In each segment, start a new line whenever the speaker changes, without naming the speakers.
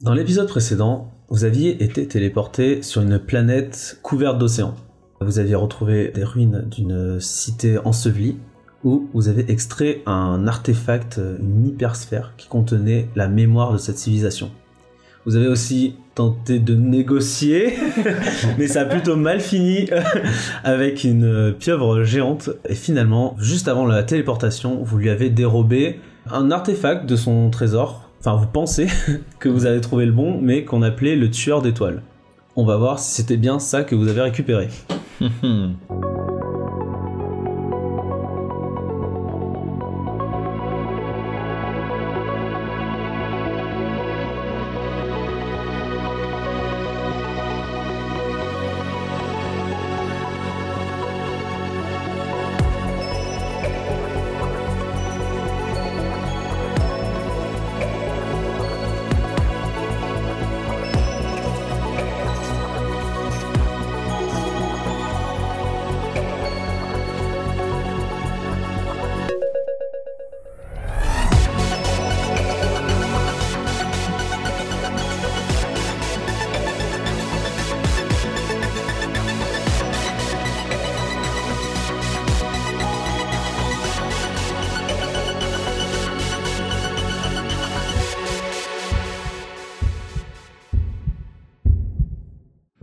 Dans l'épisode précédent, vous aviez été téléporté sur une planète couverte d'océans. Vous aviez retrouvé des ruines d'une cité ensevelie où vous avez extrait un artefact, une hypersphère, qui contenait la mémoire de cette civilisation. Vous avez aussi tenté de négocier, mais ça a plutôt mal fini avec une pieuvre géante. Et finalement, juste avant la téléportation, vous lui avez dérobé un artefact de son trésor. Enfin, vous pensez que vous avez trouvé le bon, mais qu'on appelait le tueur d'étoiles. On va voir si c'était bien ça que vous avez récupéré.
Hmm.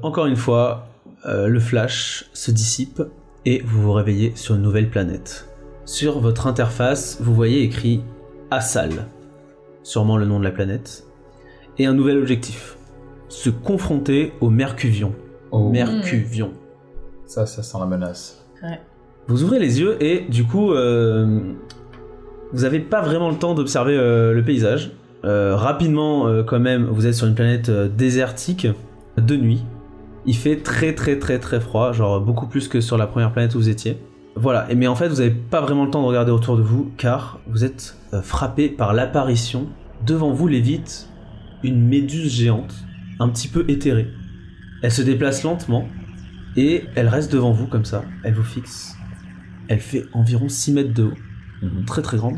Encore une fois, euh, le flash se dissipe et vous vous réveillez sur une nouvelle planète. Sur votre interface, vous voyez écrit Assal, sûrement le nom de la planète, et un nouvel objectif se confronter au Mercuvion.
Oh,
Mercuvion.
ça, ça sent la menace.
Vous ouvrez les yeux et du coup, euh, vous n'avez pas vraiment le temps d'observer euh, le paysage. Euh, rapidement, euh, quand même, vous êtes sur une planète euh, désertique de nuit. Il fait très très très très froid, genre beaucoup plus que sur la première planète où vous étiez. Voilà, et, mais en fait, vous n'avez pas vraiment le temps de regarder autour de vous car vous êtes euh, frappé par l'apparition. Devant vous lévite une méduse géante, un petit peu éthérée. Elle se déplace lentement et elle reste devant vous comme ça. Elle vous fixe. Elle fait environ 6 mètres de haut très très grande,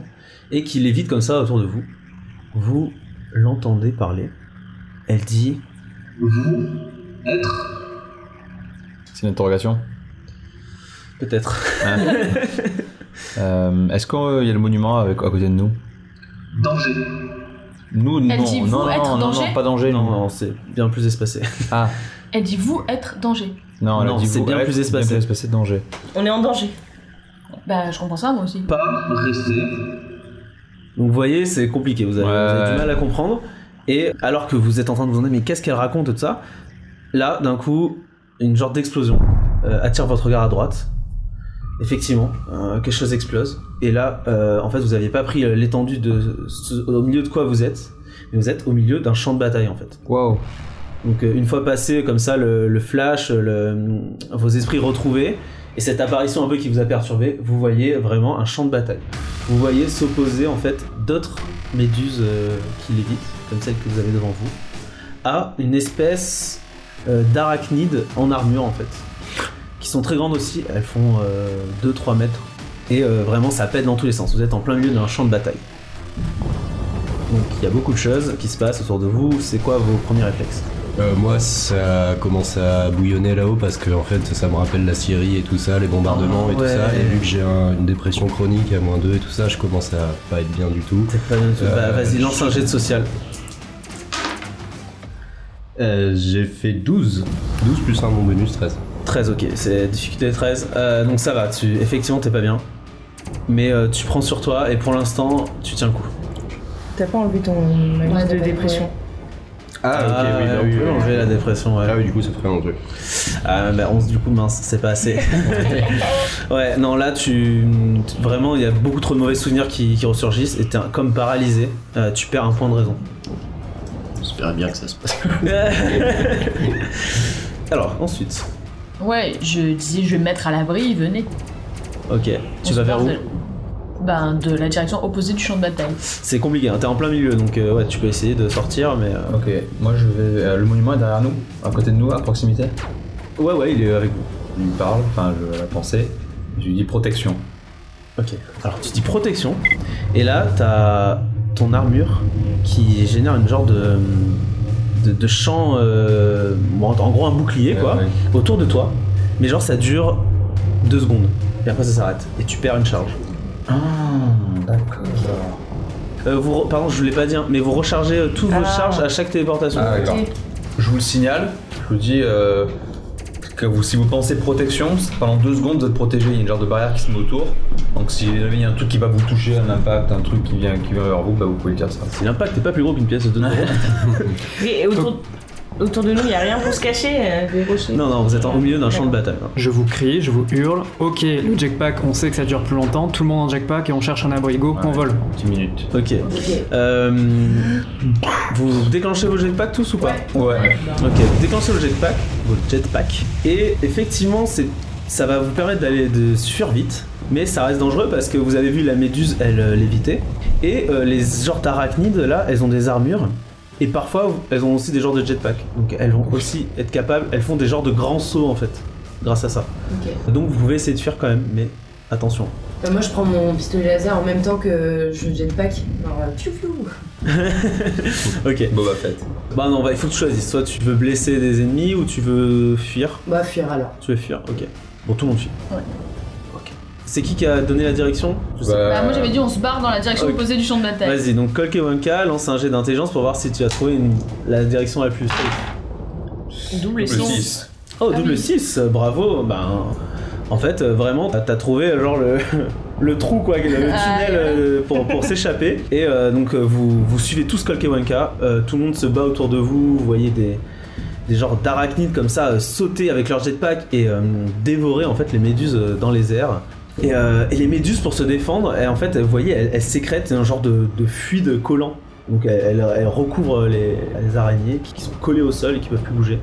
et qui l'évite comme ça autour de vous. Vous l'entendez parler. Elle dit
C'est une interrogation. hein.
peut-être.
Euh, Est-ce qu'il y a le monument avec, à côté de nous
Danger.
Nous,
Elle
non,
dit,
non,
vous,
non,
être
non, non,
danger
pas danger.
Non,
Non,
non, c'est bien plus espacé.
Ah,
Elle dit vous être danger.
non, elle a
Non,
dit
c'est
vous,
bien
être,
plus espacé.
bien plus espacé, danger.
On est en danger.
Bah, je comprends ça moi aussi.
Pas rester.
Donc vous voyez, c'est compliqué, vous avez,
Ouais,
vous avez
ouais.
du mal à comprendre. Et alors que vous êtes en train de vous demander, mais qu'est-ce qu'elle raconte tout ça Là, d'un coup, une genre d'explosion euh, attire votre regard à droite. Effectivement, euh, quelque chose explose. Et là, euh, en fait, vous n'aviez pas pris euh, l'étendue de ce- au milieu de quoi vous êtes, mais vous êtes au milieu d'un champ de bataille en fait.
Waouh.
Donc euh, une fois passé comme ça le, le flash, le- vos esprits retrouvés, et cette apparition un peu qui vous a perturbé, vous voyez vraiment un champ de bataille. Vous voyez s'opposer en fait d'autres méduses euh, qui l'évitent, comme celle que vous avez devant vous, à une espèce euh, d'arachnide en armure en fait, qui sont très grandes aussi, elles font 2-3 mètres, et euh, vraiment ça pète dans tous les sens, vous êtes en plein milieu d'un champ de bataille. Donc il y a beaucoup de choses qui se passent autour de vous, c'est quoi vos premiers réflexes
Euh, moi, ça commence à bouillonner là-haut parce que en fait, ça me rappelle la Syrie et tout ça, les bombardements et tout
Ouais.
ça. Et vu que j'ai un- une dépression chronique à moins 2 et tout ça, je commence à pas être bien du tout.
C'est pas bien du tout.
Euh,
Bah, vas-y, lance un jet de social.
Euh, j'ai fait 12. 12 plus 1, mon bonus, 13.
13, ok, c'est difficulté 13. Euh, donc ça va, tu, effectivement, t'es pas bien. Mais euh, tu prends sur toi et pour l'instant, tu tiens le coup.
T'as pas enlevé ton malus
Ouais,
de
ouais,
dépression.
Ah, ouais, on
euh,
peut enlever la dépression, ouais.
Ah oui, du coup, ça ferait un jeu.
Ah, bah 11, du coup, mince, c'est pas assez. ouais, non, là, tu. tu- Vraiment, il y a beaucoup trop de mauvais souvenirs qui, qui ressurgissent et t'es un- comme paralysé. Euh, tu perds un point de raison.
J'espérais bien que ça se passe.
Alors, ensuite.
Ouais, je disais je vais me mettre à l'abri, venez.
Ok,
On
tu
se
vas vers
barre
où
de- Ben, de la direction opposée du champ de bataille.
C'est compliqué, hein, t'es en plein milieu, donc euh, ouais, tu peux essayer de sortir, mais. euh,
Ok, moi je vais. euh, le monument est derrière nous, à côté de nous, à proximité.
Ouais, ouais, il est avec vous.
Je lui parle, enfin je vais la penser. Je lui dis protection.
Ok. Alors tu dis protection, et là t'as ton armure qui génère une genre de, de, de champs, euh, bon, en gros un bouclier quoi,
Ouais, ouais.
autour de toi. Mais genre ça dure deux secondes. Et après ça s'arrête. Et tu perds une charge.
Ah, d'accord.
Euh, vous re- Pardon, je voulais pas dire, mais vous rechargez euh, toutes vos
Ah.
charges à chaque téléportation.
Ah, d'accord. Je vous le signale, je vous dis euh, que vous, si vous pensez protection, pendant deux secondes vous êtes protégé, il y a une genre de barrière qui se met autour. Donc si jamais il y a un truc qui va vous toucher, un impact, un truc qui vient, qui vient vers vous, bah vous pouvez dire ça.
Si l'impact n'est pas plus gros qu'une pièce de 2
Et autour, autour de nous, il n'y a rien pour se cacher, euh, des rochers.
Non, non, vous êtes en- au milieu d'un champ de bataille. hein.
Je vous crie, je vous hurle. Ok, le jetpack, on sait que ça dure plus longtemps. Tout le monde en jetpack et on cherche un abri. Go, on
Ouais.
vole.
10 minutes.
Ok. Euh, vous déclenchez vos jetpacks tous ou pas
Ouais.
Ok, déclenchez vos jetpacks, vos jetpacks. Et effectivement, c'est, ça va vous permettre d'aller de fuir vite, mais ça reste dangereux parce que vous avez vu la méduse, elle euh, lévitait. Et euh, les genres d'arachnides, là, elles ont des armures. Et parfois, elles ont aussi des genres de jetpacks. Donc elles vont aussi être capables, elles font des genres de grands sauts en fait, grâce à ça. Donc vous pouvez essayer de fuir quand même, mais attention.
Bah, moi je prends mon pistolet laser en même temps que je jette pack. Alors, euh, piou piou.
Ok.
Boba Fett.
Bah non, bah, il faut que tu choisisses. Soit tu veux blesser des ennemis ou tu veux fuir.
Bah fuir alors.
Tu veux fuir, ok. Bon, tout le monde fuit.
Ouais.
Ok. C'est qui qui a donné la direction Je sais
Bah, moi j'avais dit on se barre dans la direction
ok.
opposée du champ de
pas.
bataille.
Vas-y, donc Colk et Wonka, lance un jet d'intelligence pour voir si tu as trouvé une- la direction la plus safe.
Double
le
six.
6.
Oh,
Ah
double
oui.
6, bravo Ben, en fait, euh, vraiment, t'as trouvé genre le, le trou, quoi, le tunnel
Ah, là, là.
euh, pour, pour s'échapper. Et euh, donc, euh, vous, vous suivez tous Colk et Wonka, euh, tout le monde se bat autour de vous, vous voyez des, des genres d'arachnides comme ça euh, sauter avec leur jetpack et euh, dévorer en fait les méduses euh, dans les airs. Et, euh, et les méduses pour se défendre, elles, en fait, vous voyez, elles, elles sécrètent un genre de, de fuit de collant. Donc elles, elles- elles recouvrent les, les araignées qui, qui sont collées au sol et qui peuvent plus bouger.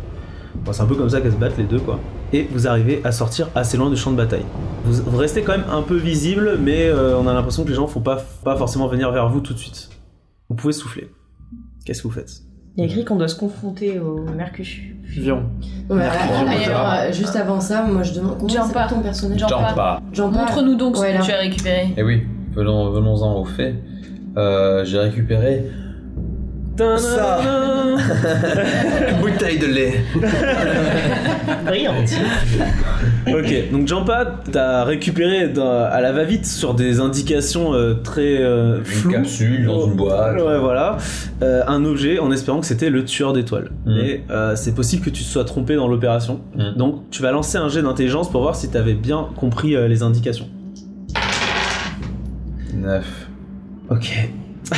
Bon, c'est un peu comme ça qu'elles se battent les deux quoi. Et vous arrivez à sortir assez loin du champ de bataille. Vous, vous restez quand même un peu visible, mais euh, on a l'impression que les gens font pas, pas forcément venir vers vous tout de suite. Vous pouvez souffler. Qu'est-ce que vous faites
Il y a écrit qu'on doit se confronter au mercuchu.
Vion.
Ouais, alors,
mais
mais alors, euh, juste avant ça, moi je demande comment
J'en
c'est
parle.
ton personnage
J'en parle.
pas.
J'en parle.
Montre-nous donc
Ouais,
ce
là.
que tu as récupéré.
Eh oui, venons- venons-en au fait. Euh, J'ai récupéré Ça. une bouteille de lait.
Brillante.
Ok, donc Jampa, t'as récupéré d'un- à la va-vite sur des indications euh, très euh,
Une
floues.
capsule dans une boîte.
Ouais, voilà. Euh, un objet en espérant que c'était le tueur d'étoiles.
Mm.
Mais euh, c'est possible que tu te sois trompé dans l'opération.
Mm.
Donc tu vas lancer un jet d'intelligence pour voir si t'avais bien compris euh, les indications.
9.
Ok.
Ah,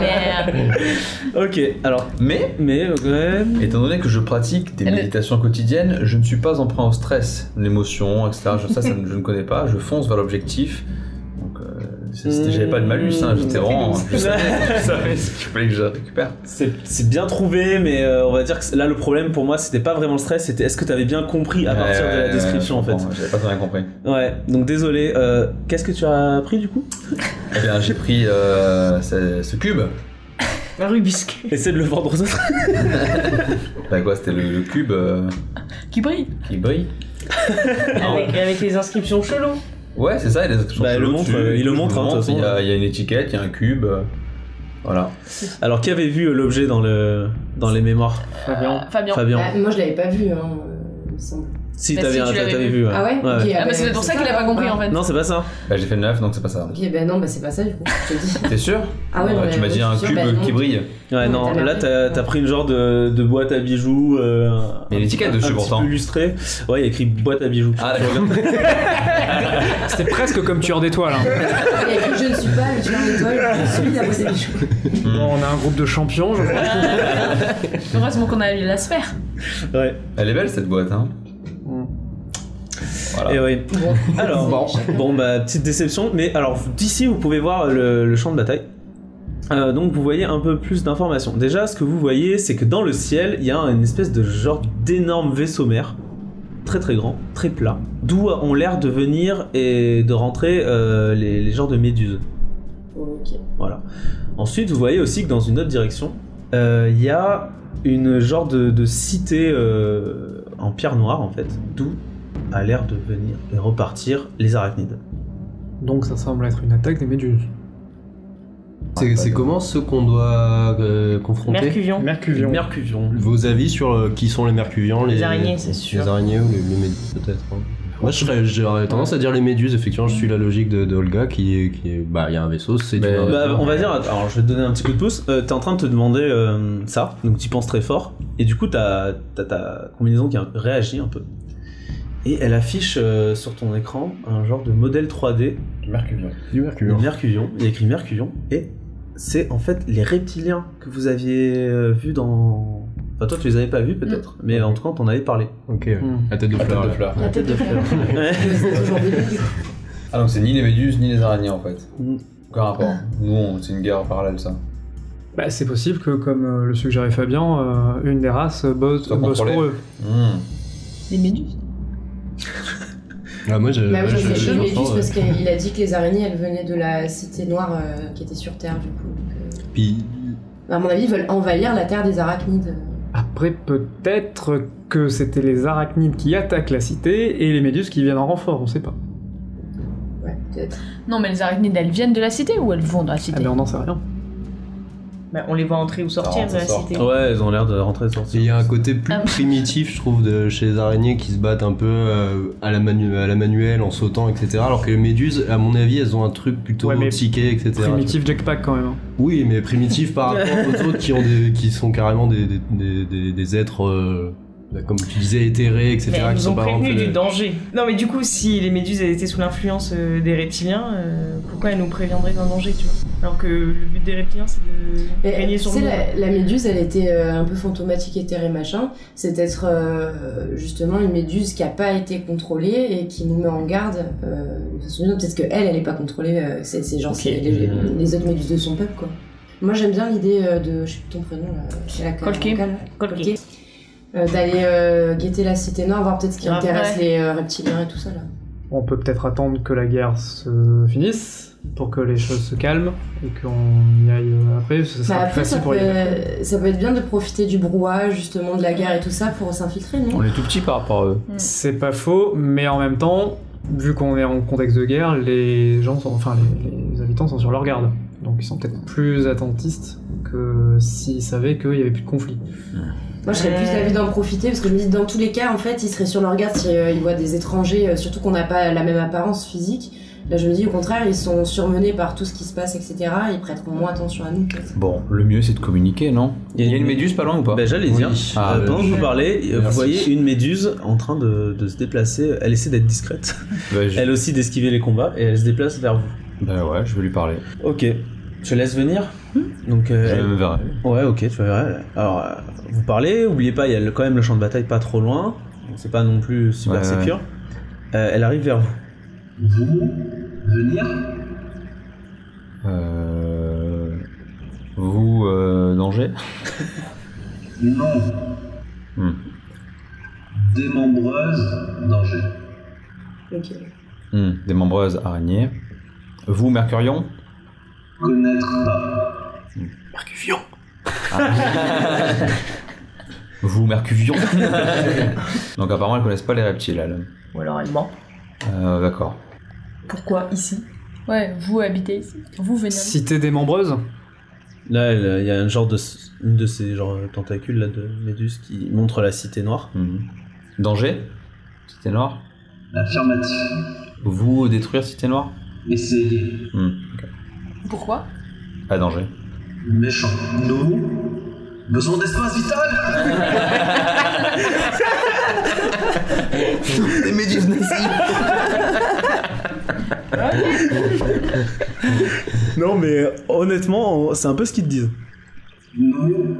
merde.
Ok, alors,
Mais
mais. ouais.
Étant donné que je pratique des
Elle-
méditations quotidiennes, je ne suis pas emprunt au stress, l'émotion, etc. Je- Ça, ça ne- je ne connais pas. Je fonce vers l'objectif. Donc, euh, c'est- c'était- j'avais pas de malus, hein, j'étais
Mmh.
vraiment. Je savais, je savais ce qu'il fallait que je récupère.
C'est c'est bien trouvé, mais euh, on va dire que c'est- là le problème pour moi c'était pas vraiment le stress, c'était est-ce que t'avais bien compris à partir de la
Euh,
description en fait.
bon, J'avais pas très bien compris.
Ouais, donc désolé. euh, Qu'est-ce que tu as pris du coup
Eh bien, j'ai pris euh, ce, ce cube.
Un rubisque.
Essaie de le vendre aux autres.
Bah, quoi, c'était le, le cube euh,
Qui brille
qui brille. Ah,
Avec, avec les inscriptions cheloues.
Ouais, c'est ça, il y a des options
Bah, il le
cheloues
montre,
dessus.
euh, il le
Je
montre, hein, de toute
Il y,
façon.
a, il y a une étiquette, il y a un cube. euh, Voilà.
Alors, qui avait vu euh, l'objet dans, le... dans les mémoires
Fabien.
Bah, Fabien.
Fabien.
Ah, moi je l'avais pas vu, hein, euh, il me semble.
Si,
Bah,
t'avais
si,
un-
tu l'avais
t'avais
vu.
vu. ouais.
Ah ouais,
Ouais.
Ok,
Ah
bah,
bah c'est pour ça qu'il a pas compris en fait.
Non, c'est pas ça.
Bah, j'ai fait le 9, donc c'est pas ça.
Ok, bah non, bah c'est pas ça du coup, je te dis.
T'es sûr
Ah ouais, non,
Ouais,
mais
Tu m'as dit
je
un
suis sûre,
cube
bah, non.
qui brille.
Ouais,
Ouais,
non,
t'as l'air
là
bien.
t'as t'as pris une genre de, de boîte à bijoux. Euh,
Il y a une étiquette
un
dessus,
petit
pourtant.
peu illustrée. Ouais, il y a écrit boîte à bijoux.
Ah, d'accord.
C'était presque comme tueur d'étoiles. hein.
Il y a que je ne suis pas le tueur d'étoiles, celui qui a posé les choses.
Bon, on a un groupe de champions, je crois.
Heureusement qu'on a eu la sphère.
Ouais,
Elle est belle cette boîte, hein Voilà.
et oui.
Bon,
Alors, bon, bon, bah, petite déception, mais alors d'ici vous pouvez voir le, le champ de bataille. Euh, donc vous voyez un peu plus d'informations. Déjà, ce que vous voyez, c'est que dans le ciel, il y a une espèce de genre d'énorme vaisseau mère, très très grand, très plat, d'où ont l'air de venir et de rentrer euh, les, les genres de méduses.
Ok.
Voilà. Ensuite, vous voyez aussi que dans une autre direction, euh, il y a une genre de, de cité euh, en pierre noire, en fait, d'où a l'air de venir et repartir les arachnides.
Donc ça semble être une attaque des méduses.
C'est c'est comment ceux qu'on doit euh, confronter
Mercuvion.
Mercuvion.
Mercuvion.
Vos avis sur euh, qui sont les mercuvians
Les araignées, c'est sûr.
Les araignées ou les, les méduses, peut-être. hein. Moi, je serais- j'aurais tendance à dire les méduses, effectivement, je suis la logique de, de Olga qui est. Qui est- bah, il y a un vaisseau, c'est
Mais-
une-
Bah, on va dire, alors je vais te donner un petit coup de pouce. Euh, t'es en train de te demander euh, ça, donc tu penses très fort, et du coup t'as t'as ta combinaison qui a réagi un peu. Et elle affiche euh, sur ton écran un genre de modèle 3D
Mercure.
du
de
mercure.
Mercuvion. Il y a écrit Mercuvion, et c'est en fait les reptiliens que vous aviez euh, vus dans. Enfin, toi tu les avais pas vus
Mm.
peut-être, mais en tout cas t'en avais parlé.
Ok.
Hmm.
La tête de
La
fleur.
tête de
là.
fleur.
La tête de fleur.
Ouais.
C'est toujours des bugs.
Ah donc c'est ni les méduses ni les araignées en fait.
Mm.
Aucun rapport. Nous on- c'est une guerre parallèle ça.
Bah, c'est possible que, comme euh, le suggérait Fabien, euh, une des races euh, bosse,
Soit
bosse
contrôlée.
pour eux.
Mm.
Les méduses.
Ah, moi, je.
Bah oui,
je-
c'est
je-
chaud, mais
j'entends,
juste
ouais.
parce qu'il a dit que les araignées, elles venaient de la cité noire euh, qui était sur Terre, du coup. Donc, euh,
Puis,
À mon avis, ils veulent envahir la Terre des arachnides.
Après, peut-être que c'était les arachnides qui attaquent la cité et les méduses qui viennent en renfort, on sait pas.
Ouais, peut-être.
Non, mais les araignées, elles viennent de la cité ou elles vont dans la
Ah
cité
ben on n'en sait rien.
Bah, on les voit entrer ou sortir euh,
Ah,
de la
ça sort.
cité.
Ouais, ils ont l'air de rentrer et de
Il
sortir.
y a un côté plus
Ah.
primitif, je trouve, de chez les araignées qui se battent un peu euh, à, la manu- à la manuelle, en sautant, etc. Alors que les méduses, à mon avis, elles ont un truc plutôt
Ouais, mais
psyché, etc.
Primitif jackpack quand même. hein.
Oui, mais primitif par rapport aux autres qui, ont des, qui sont carrément des, des, des- des- des êtres, euh, comme tu disais, éthérés, etc.
Mais elles
qui
nous
sont
ont
pas
prévenu
rentrés-
du danger. Non, mais du coup, si les méduses elles étaient sous l'influence euh, des reptiliens, euh, pourquoi elles nous préviendraient d'un danger, tu vois Alors que le but des reptiliens, c'est de
Mais
gagner
tu
sur
sais,
nous. hein.
la, la méduse, elle était euh, un peu fantomatique, éthérée, machin. C'est être euh, justement une méduse qui a pas été contrôlée et qui nous met en garde. Euh, de façon générale. peut-être qu'elle, elle est pas contrôlée. euh, c'est c'est genre
Ok.
c'est les,
Euh.
les autres méduses de son peuple, quoi. Moi, j'aime bien l'idée euh, de, je sais plus ton prénom, là, c'est la
Colquet.
Colquet.
Colquet.
Colquet. Euh, D'aller euh, guetter la cité noire, voir peut-être ce qui
Grave,
intéresse les euh, reptiliens et tout ça, là.
On peut peut-être attendre que la guerre se finisse pour que les choses se calment et qu'on y aille euh, après. Ce sera
Bah,
plus
après,
facile
ça
pour
peut,
y aller.
ça peut être bien de profiter du brouhaha, justement, de la guerre et tout ça pour s'infiltrer, non
On est tout petit par rapport à eux.
C'est pas faux, mais en même temps, vu qu'on est en contexte de guerre, les gens sont, enfin les, les habitants sont sur leur garde. Donc ils sont peut-être plus attentistes que s'ils savaient qu'il y avait plus de conflit.
Moi, je serais plus d'avis d'en profiter parce que je me dis, dans tous les cas, en fait, ils seraient sur leur garde si, euh, ils voient des étrangers, euh, surtout qu'on n'a pas la même apparence physique. Là, je me dis, au contraire, ils sont surmenés par tout ce qui se passe, etc. Ils prêteront moins attention à nous. peut-être.
Bon, le mieux c'est de communiquer, non Il y a une méduse pas loin ou pas
Bah, j'allais
Oui.
dire,
Ah,
euh,
bah,
pendant que
je-
vous parlez, euh, vous
Merci.
voyez une méduse en train de, de se déplacer. Elle essaie d'être discrète.
Bah, je-
Elle aussi d'esquiver les combats et elle se déplace vers vous.
bah ouais, je vais lui parler.
Ok, je te laisse venir. Donc, euh,
Hmm. Je
elle-
me verrai.
ouais, ok, tu vas vers elle. Alors, euh, vous parlez, oubliez pas, il y a le- quand même le champ de bataille pas trop loin. Donc, c'est pas non plus super
Ouais, ouais,
sécure. Euh, elle arrive vers vous.
Vous venir
Euh... Vous, euh, danger
Non.
Hmm.
Démembreuse, danger.
Ok.
Hmm, Des membreuses araignées. Vous, Mercurion Hmm.
Connaître pas.
Ah. Vous, Mercuvion Donc apparemment, elles connaissent pas les reptiles, elles.
Ou alors elles mentent.
Euh, D'accord.
Pourquoi ici
Ouais, vous habitez ici. Vous venez.
Cité démembreuse
Là, elle, euh, il y a un genre de. Une de ces genre, euh, tentacules là, de méduse qui montre la cité noire.
Hmm. Danger Cité noire
Affirmatif.
Vous, détruire Cité noire
Essayez.
Hmm.
Pourquoi
Pas danger.
Méchant. Nous Besoin d'espace vital
Des méduses nazies
Non, mais euh, honnêtement, c'est un peu ce qu'ils te disent.
Nous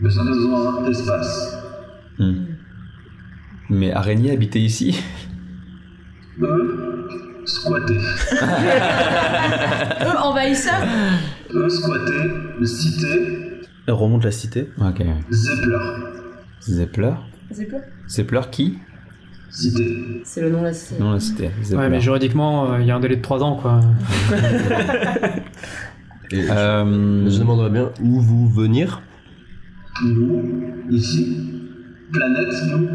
Besoin besoin d'espace.
Hmm. Mais araignée habitée ici
Eux Squatter.
Eux envahisseurs
Eux squatter. Cité.
Elle remonte la cité.
Ok.
Zeppler.
Zepler
C'est quoi
Zepler qui
Cité.
C'est le nom de la cité.
Non, la cité. Zepler.
Ouais, mais juridiquement, euh, il y a un délai de 3 ans quoi.
Et je-
Euh,
Je demanderais bien où vous venir.
Nous Ici. Planète, nous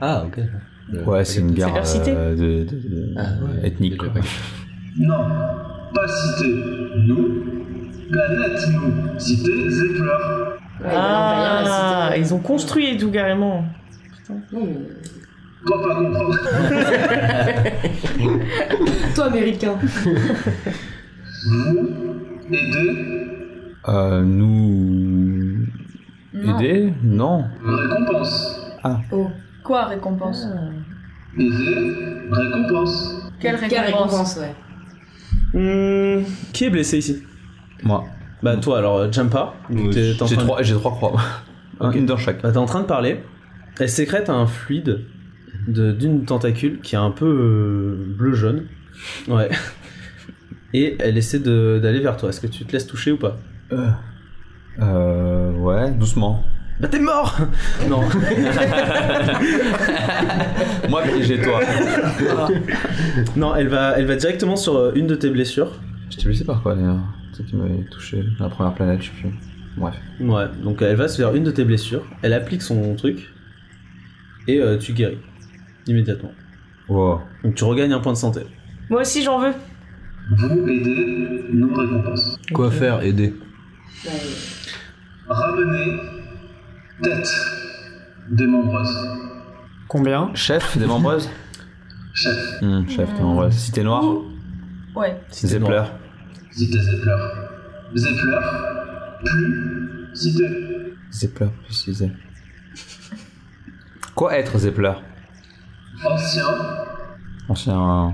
Ah, ok.
Ouais, c'est une guerre
leur cité.
euh, de, de- de-
Ah, ouais.
ethnique. quoi.
Non. Pas cité. Nous Planète nous, cité Zeppler.
Ouais, il va envahir la
Ah,
cité.
ils ont construit et tout carrément.
Non, mais-
Dois pas comprendre.
Toi, américain.
Vous aidez
Euh, nous.
Non.
Aider Non.
récompense.
Oh.
Quoi, récompense
Aider récompense.
Quelle
Quelle
récompense
récompense, ouais.
Hmm, qui est blessé ici
Moi.
Bah toi alors, euh, Jumpa,
Ouais,
t'es t'es en,
J'ai
train de-
trois, j'ai trois croix. Un- Une dans chaque.
bah, t'es en train de parler. Elle sécrète un fluide de- d'une tentacule qui est un peu euh, bleu-jaune. Ouais. Et elle essaie de- d'aller vers toi. Est-ce que tu te laisses toucher ou pas
Euh. Ouais, doucement.
Bah t'es mort Non.
Moi, j'ai toi.
non, elle va, elle va directement sur euh, une de tes blessures.
Je t'ai blessé par quoi d'ailleurs C'est qui m'avait touché la première planète, je sais plus. Bref.
Ouais, donc elle va se faire une de tes blessures, elle applique son truc, et euh, tu guéris immédiatement.
Wow.
Donc tu regagnes un point de santé.
Moi aussi j'en veux.
Vous aidez non récompense.
Quoi faire Aider.
Ouais.
Ramener tête démembreuse.
Combien
Chef des membreuses
Chef,
Hum, Chef des membreuses. Cité noire
Ouais.
Si t'es
Zeppler.
noir.
cité Zeppler. Zeppler plus cité.
Zeppler, précisé. Quoi être Zeppler
Ancien,
Ancien. euh,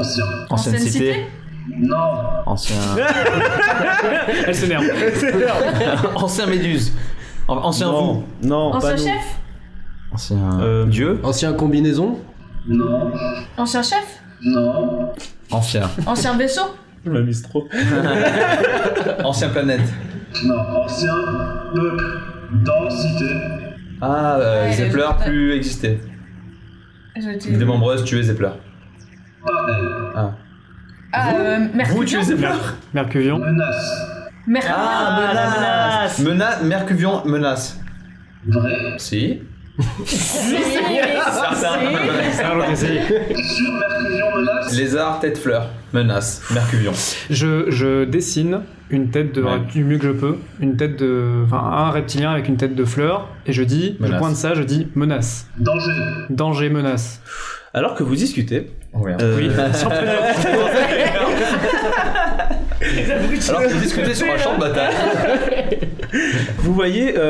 ancien.
Ancienne cité
cité
Non,
Ancien.
Elle s'énerve.
Ancien Méduse An- Ancien
non,
vous
Non, pas
Ancien
nous.
chef
Ancien.
Euh,
Dieu
Ancien combinaison
non,
Ancien chef
non,
Ancien.
Ancien vaisseau
Je la mise trop.
Ancien planète.
non, ancien peuple dans cité.
Ah, euh,
Ouais,
Zeppler
je-
plus existé.
J'étais-
Des membreuses, tuer Zeppler.
Pas elle.
Ah, euh, Mercurion
Vous tuez Zeppler
Mercurion.
Menace.
Mercurion.
Ah, menace Mena Mercuvion, menace.
Vrai.
Si.
Ah, ok, ça y est.
Sur Mercurion menace.
Lézard, tête fleur, menace, Mercuvion.
Je, je dessine une tête de
Ouais.
du mieux que je peux, une tête de, enfin un reptilien avec une tête de fleur, et je dis, je
Menace.
pointe ça, je dis menace,
Danger.
danger, menace.
Alors que vous discutez,
Euh,
euh,
Oui.
Alors qu'ils discutaient sur un champ de bataille.
vous voyez euh,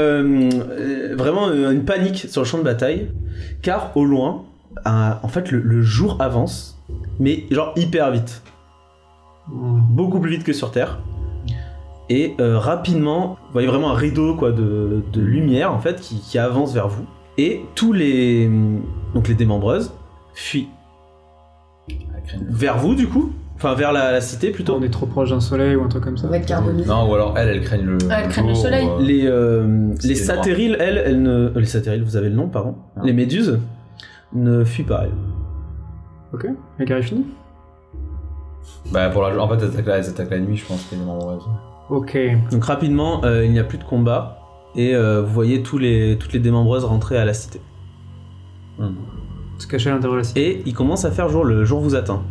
euh, vraiment euh, une panique sur le champ de bataille, car au loin, un- en fait, le, le jour avance, mais genre hyper vite. beaucoup plus vite que sur Terre. Et euh, rapidement, vous voyez vraiment un rideau quoi, de, de lumière en fait qui, qui avance vers vous. Et tous les hum, donc les démembreuses fuient
Ah,
vers vous du coup, enfin vers la, la cité plutôt.
On est trop proche d'un soleil ou un truc comme ça.
On va être carbonisé.
Non, ou alors elle, elle craigne le.
Elle craigne le
jour,
soleil.
euh,
Les euh,
C'est
les
noir.
satyriles, elles, elles ne euh, les satyriles, vous avez le nom pardon.
Ah.
Les méduses ne fuient pas. elles.
Ok. La guerre est finie.
Bah, pour la jour- En fait, elles attaquent, la... elles attaquent la nuit, je pense, les membreuses.
Ok.
Donc rapidement, euh, il n'y a plus de combat et euh, vous voyez tous les toutes les démembreuses rentrer à la cité.
Se cacher à l'intérieur de la cité.
Et il commence à faire jour, le jour vous atteint.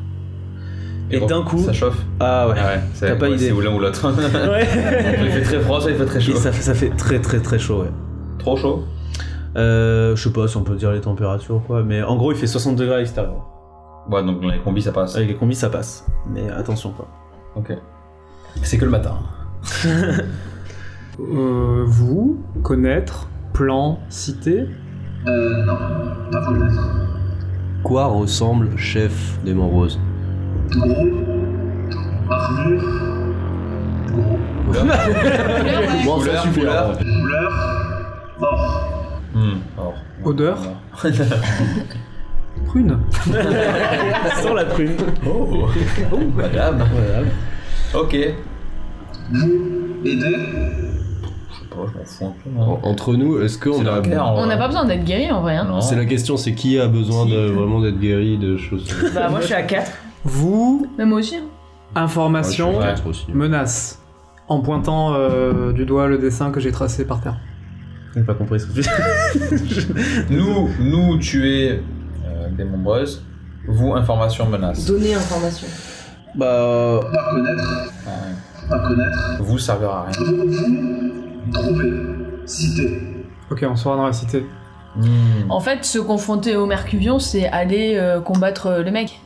Et
bon,
d'un coup-
Ça chauffe.
Ah ouais.
c'est-
T'as pas idée.
C'est ou l'un ou l'autre. il fait très froid, ça il fait très
Et
chaud.
ça, fait, ça fait très très très chaud, ouais.
Trop chaud
Euh, je sais pas si on peut dire les températures ou quoi, mais en gros il fait 60 degrés à l'extérieur.
Ouais, donc dans les combis, ça passe.
Avec les combis ça passe, mais attention quoi.
C'est que le matin.
Euh, vous connaître plan cité.
Euh, non, pas connaître.
Quoi ressemble chef des Montroses
Gros. Armure. Gros.
Bon, ça
Couleur,
suffit,
couleur.
alors.
Couleur. Or.
Hmm, alors.
Odeur. Prune.
Sans la prune.
Oh Oh, madame
Voilà.
Ok. Je sais
Vous aidez.
pas, je m'en fous un peu.
En-
non.
Entre nous, est-ce qu'on
C'est
a.
la guerre, en
On n'a
vrai.
pas besoin d'être guéri en vrai. hein.
Oh, Non.
C'est la question, c'est qui a besoin
Si.
de, vraiment d'être guéri de choses.
Bah moi je suis à 4.
Vous
Même moi aussi. hein.
information
Ouais,
menace en pointant euh, du doigt le dessin que j'ai tracé par terre.
J'ai pas compris ce que tu
Nous, nous tuer euh, des nombreuses. Vous, information, menace.
Donner information.
Bah.
Pas connaître.
Ah ouais.
Pas me connaître.
Vous servira à rien.
Vous, vous, trouver, citer.
Ok, on sera dans la cité.
Hmm.
En fait, se confronter au Mercuvion, c'est aller euh, combattre euh, le mec.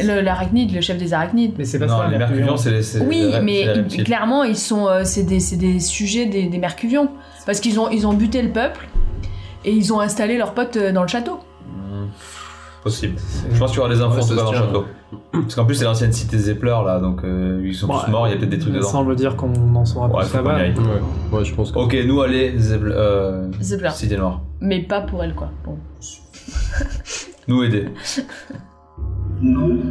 Le- L'arachnide, le chef des arachnides.
Mais c'est pas
Non,
ça.
les mercurians, c'est les. c'est
Oui,
les rep-
mais
c'est les
ils-
reptiles.
clairement, ils sont, euh, c'est des, c'est des sujets des, des Mercuvions. Parce qu'ils ont, ils ont buté le peuple et ils ont installé leurs potes euh, dans le château.
Hmm. Possible. Je pense qu'il y aura des infos en
Ouais,
tout
ça
cas
se
dans le
tient.
château. Parce qu'en plus, c'est l'ancienne cité Zeppler là, donc euh, ils sont tous morts, il y a peut-être des trucs
Il
dedans.
semble Bah, dire qu'on en saura
Ouais,
plus
faut qu'on y
là-bas.
aille.
Ouais, ouais, je pense que.
Ok, nous allez, Zeppler. Euh,
Zeppler.
Cité Noire.
Mais pas pour elle, quoi. Bon.
Nous aider.
Nous
Ouais,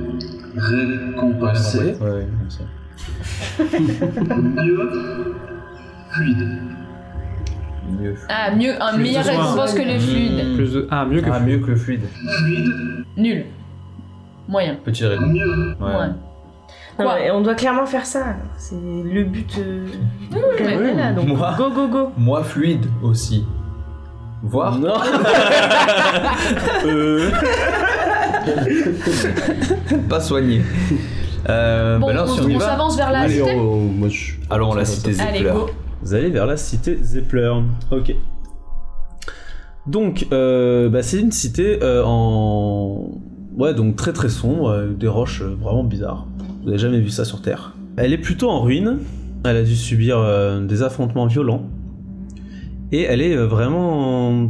récompenser
ouais, comme ça.
mieux, fluide.
Mieux.
Ah, mieux, un
Plus
meilleur
de soins.
réponse que
Mmh.
le fluide.
Plus de... Ah, mieux que.
Ah, mieux que le fluide.
Fluide,
Nul. Moyen.
Petit rayon.
mieux.
Ouais.
Ouais.
Non,
Quoi
mais on doit clairement faire ça. C'est le but. euh,
mais
voilà,
voilà,
donc,
Moi.
go go go.
Moi, fluide aussi. Voir
Non Euh,
Pas soigné. Euh,
Bon,
bah là,
on,
si on y
on
va.
s'avance vers la
Allez,
cité.
on- on- moi, je-
Allons, la cité
Allez,
Zeppler.
go.
Vous allez vers la cité Zeppler. Ok. Donc, euh, bah, c'est une cité euh, en. Ouais, donc très très sombre, euh, des roches euh, vraiment bizarres. Vous n'avez jamais vu ça sur Terre. Elle est plutôt en ruine. Elle a dû subir euh, des affrontements violents. Et elle est euh, vraiment.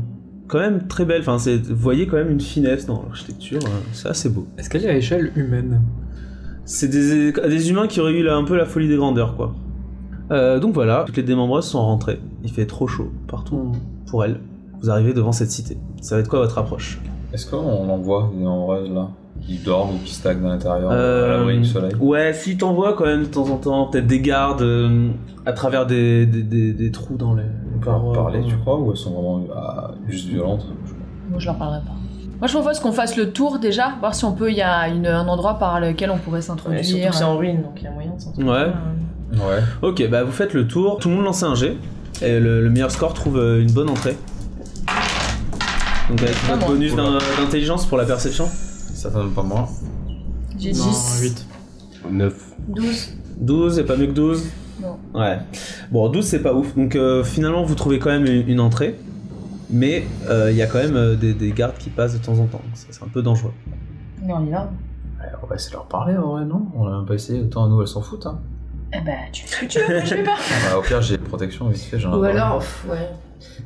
Quand même très belle. Enfin, c'est- vous voyez quand même une finesse dans l'architecture. euh, C'est assez beau.
Est-ce qu'elle est à échelle humaine
C'est des, des humains qui régulent un peu la folie des grandeurs, quoi. Euh, donc voilà, toutes les démembreuses sont rentrées. Il fait trop chaud partout pour elles. Vous arrivez devant cette cité. Ça va être quoi votre approche
Est-ce qu'on l'envoie des nombreuses là Qui dorment ou qui stagnent à l'intérieur, à
Euh,
l'abri du soleil
Ouais, si t'envoies quand même de temps en temps, peut-être des gardes euh, à travers des, des, des- des trous dans les. euh.
On peut leur parler, tu crois, ou elles sont vraiment ah, juste violentes
Moi, je leur parlerai pas. Moi, je propose qu'on fasse le tour déjà, voir si on peut. Il y a une- un endroit par lequel on pourrait
Ouais, surtout
s'introduire.
que c'est en ruine, donc il y a moyen de s'en sortir.
Ouais.
Euh,
Ouais.
Ok, bah vous faites le tour. Tout le monde lance un jet. Et le, le meilleur score trouve euh, une bonne entrée. Donc avec
Ah,
votre
moi.
bonus d'in- d'intelligence pour la perception
Certainement pas moi.
J'ai
Non,
10.
8.
9.
12.
12 et pas mieux que 12
Non.
Ouais. Bon, 12 c'est pas ouf. Donc euh, finalement vous trouvez quand même une, une entrée. Mais euh, il y a quand même euh, des, des gardes qui passent de temps en temps. Donc C'est c'est un peu dangereux.
Mais on y va.
Eh, On va essayer de leur parler en vrai, non On l'a même pas essayé, autant nous elles s'en foutent. Hein.
Eh ben, tu fais ce que tu veux, moi, je vais pas.
Ah bah, au pire, j'ai protection vite fait, j'en ai
Ou
pas.
alors, pff, ouais.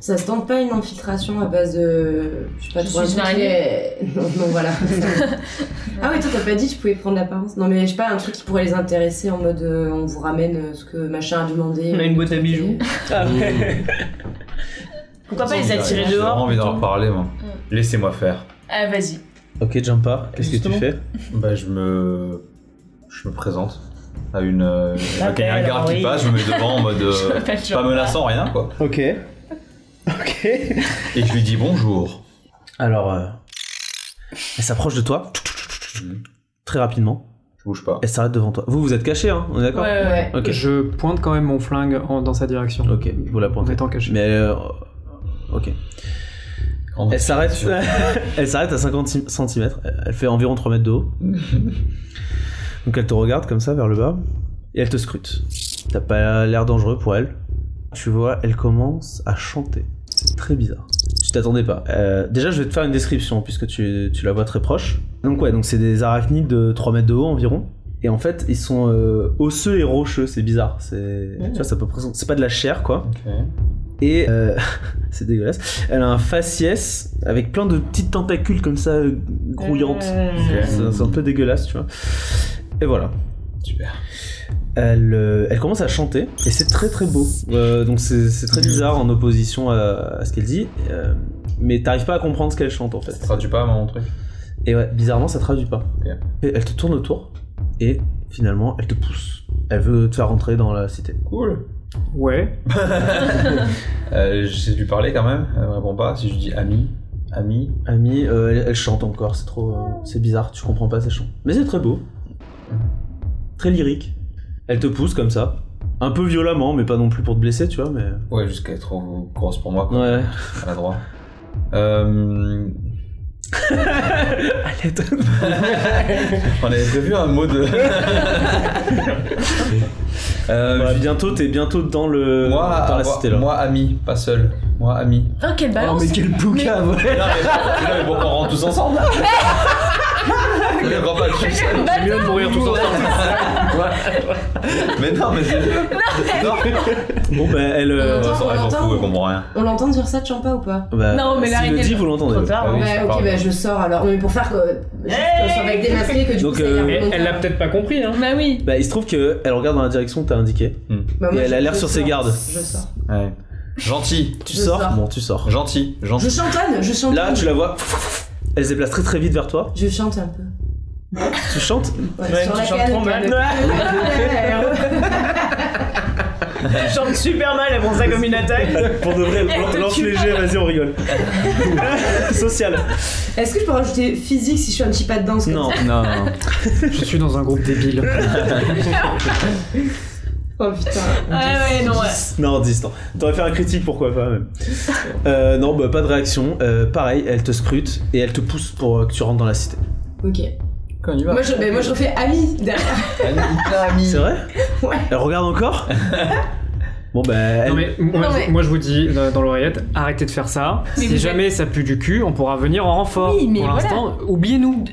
Ça se tente pas une infiltration à base de. Je sais pas,
Je
trois
suis une
outils,
araignée.
mais- Non, non, voilà. ah oui, toi t'as pas dit que tu pouvais prendre l'apparence. Non, mais je sais pas, un truc qui pourrait les intéresser en mode euh, on vous ramène euh, ce que machin a demandé. euh,
On a une boîte à bijoux.
Ah
ouais.
Pourquoi pas
J'ai
les attirer
J'ai vraiment
dehors
envie de leur parler, moi.
Mm.
Laissez-moi faire.
Ah, vas-y.
Ok, Jumpa, qu'est-ce que tu
Justement.
fais
Bah, je me. Je me présente à une. euh,
La
quand il y a un
belle,
garde qui
oui.
passe, je me mets devant en mode. euh,
Je m'appelle
pas
Jean.
menaçant, rien quoi.
Ok. Ok.
Et je lui dis bonjour.
Alors, euh, elle s'approche de toi très rapidement.
Je bouge pas.
Elle s'arrête devant toi. Vous, vous êtes caché, hein On est d'accord
Ouais, ouais.
euh, Ouais.
Ok.
Je pointe quand même mon flingue en- dans sa direction.
Ok, vous la
En
pointez.
étant caché.
Mais euh, ok. Elle s'arrête. elle s'arrête à 50 cm. Elle fait environ 3 mètres de haut. Donc elle te regarde comme ça vers le bas et elle te scrute. T'as pas l'air dangereux pour elle. Tu vois, elle commence à chanter. C'est très bizarre. Tu t'attendais pas. Euh, déjà, je vais te faire une description puisque tu, tu la vois très proche. Donc ouais, donc c'est des arachnides de 3 mètres de haut environ. Et en fait, ils sont euh, osseux et rocheux. C'est bizarre. C'est tu vois, ça peut présenter- c'est pas de la chair quoi.
Ok.
Et euh, c'est dégueulasse. Elle a un faciès avec plein de petites tentacules comme ça euh, grouillantes.
Euh,
C'est c'est un peu dégueulasse, tu vois. Et voilà.
Super.
Elle, euh, elle commence à chanter et c'est très très beau. Euh, donc c'est c'est très bizarre en opposition à, à ce qu'elle dit. Euh, mais t'arrives pas à comprendre ce qu'elle chante en fait.
Traduis pas mon truc.
Et ouais, bizarrement ça traduit pas.
Ok.
Et elle te tourne autour et finalement elle te pousse. Elle veut te faire rentrer dans la cité.
Cool.
Ouais.
Euh, J'essaie de lui parler quand même. Elle me répond pas. Si je lui dis ami, ami.
Ami, euh, elle, elle chante encore, c'est trop. euh, c'est bizarre, tu comprends pas ses chants. Mais c'est très beau. Très lyrique. Elle te pousse comme ça. Un peu violemment, mais pas non plus pour te blesser, tu vois, mais.
Ouais, jusqu'à être trop grosse pour moi. Quoi.
Ouais.
À la droite. Euh...
Allez, toi.
On avait prévu un mot de. Euh,
Bah,
je-
bientôt, t'es bientôt dans le
moi,
dans la
moi-
cité là.
moi, ami, pas seul. Moi, ami.
Ah, quelle
oh
balance
mais quel bouquin ouais.
non, mais, non, mais bon, on rentre tous ensemble. là. Mais on rentre pas tous ensemble.
C'est mieux de mourir tous ensemble.
Mais non, mais c'est. Non,
Bon bah elle. euh,
Elle
On entend, on
s'en
entend.
fout, elle comprend rien.
On l'entend dire ça de Champa ou pas
bah,
Non, mais
s'il
l'araignée,
le dit,
elle-
vous l'entendez.
Trop
ouais.
tard. hein.
Ah oui,
Ouais,
ça
ok,
parle.
bah je sors alors. Mais pour faire que. juste que je sois avec des masqués, que du
Donc,
coup, ça y
euh,
est,
Elle
on
elle l'a
comprend.
peut-être pas compris, hein.
Bah oui.
Bah il se trouve que elle regarde dans la direction que t'as indiqué.
Bah, moi,
et elle
je-
a l'air
je
sur ses
sors.
gardes.
Je sors.
Ouais. Gentil,
Tu
Je
sors
sors.
Bon tu sors.
gentil,
Je
gentil.
chantonne, je chantonne.
Là tu la vois. Elle se déplace très très vite vers toi.
Je chante un peu.
Tu chantes.
Ouais,
Ouais,
sur
tu
la
chantes
canne,
trop
quand
mal.
même.
Ah
Ouais,
Elle chante super mal, elle prend ça comme une attaque.
Pour de vrai,
te
lance
tue
léger, vas-y on rigole. Social.
Est-ce que je peux rajouter physique si je suis un petit pas de danse comme
Non.
ça
Non, non.
Je suis dans un groupe débile.
Oh putain.
Ouais, Ah ouais, non, ouais.
Non, 10, non. T'aurais fait un critique, pourquoi pas, même. Euh, non, bah, pas de réaction. Euh, pareil, elle te scrute et elle te pousse pour euh, que tu rentres dans la cité.
Ok.
Quand on y va.
Moi je, mais moi je refais ami derrière.
Ami,
C'est vrai
Ouais.
Elle regarde encore Bon, bah, elle-
Non mais, moi,
Non, mais-
moi, je vous dis dans, dans l'oreillette, arrêtez de faire ça.
Mais
si
vous
jamais ça pue du cul, on pourra venir en renfort.
Oui, mais
Pour
voilà.
l'instant, oubliez-nous.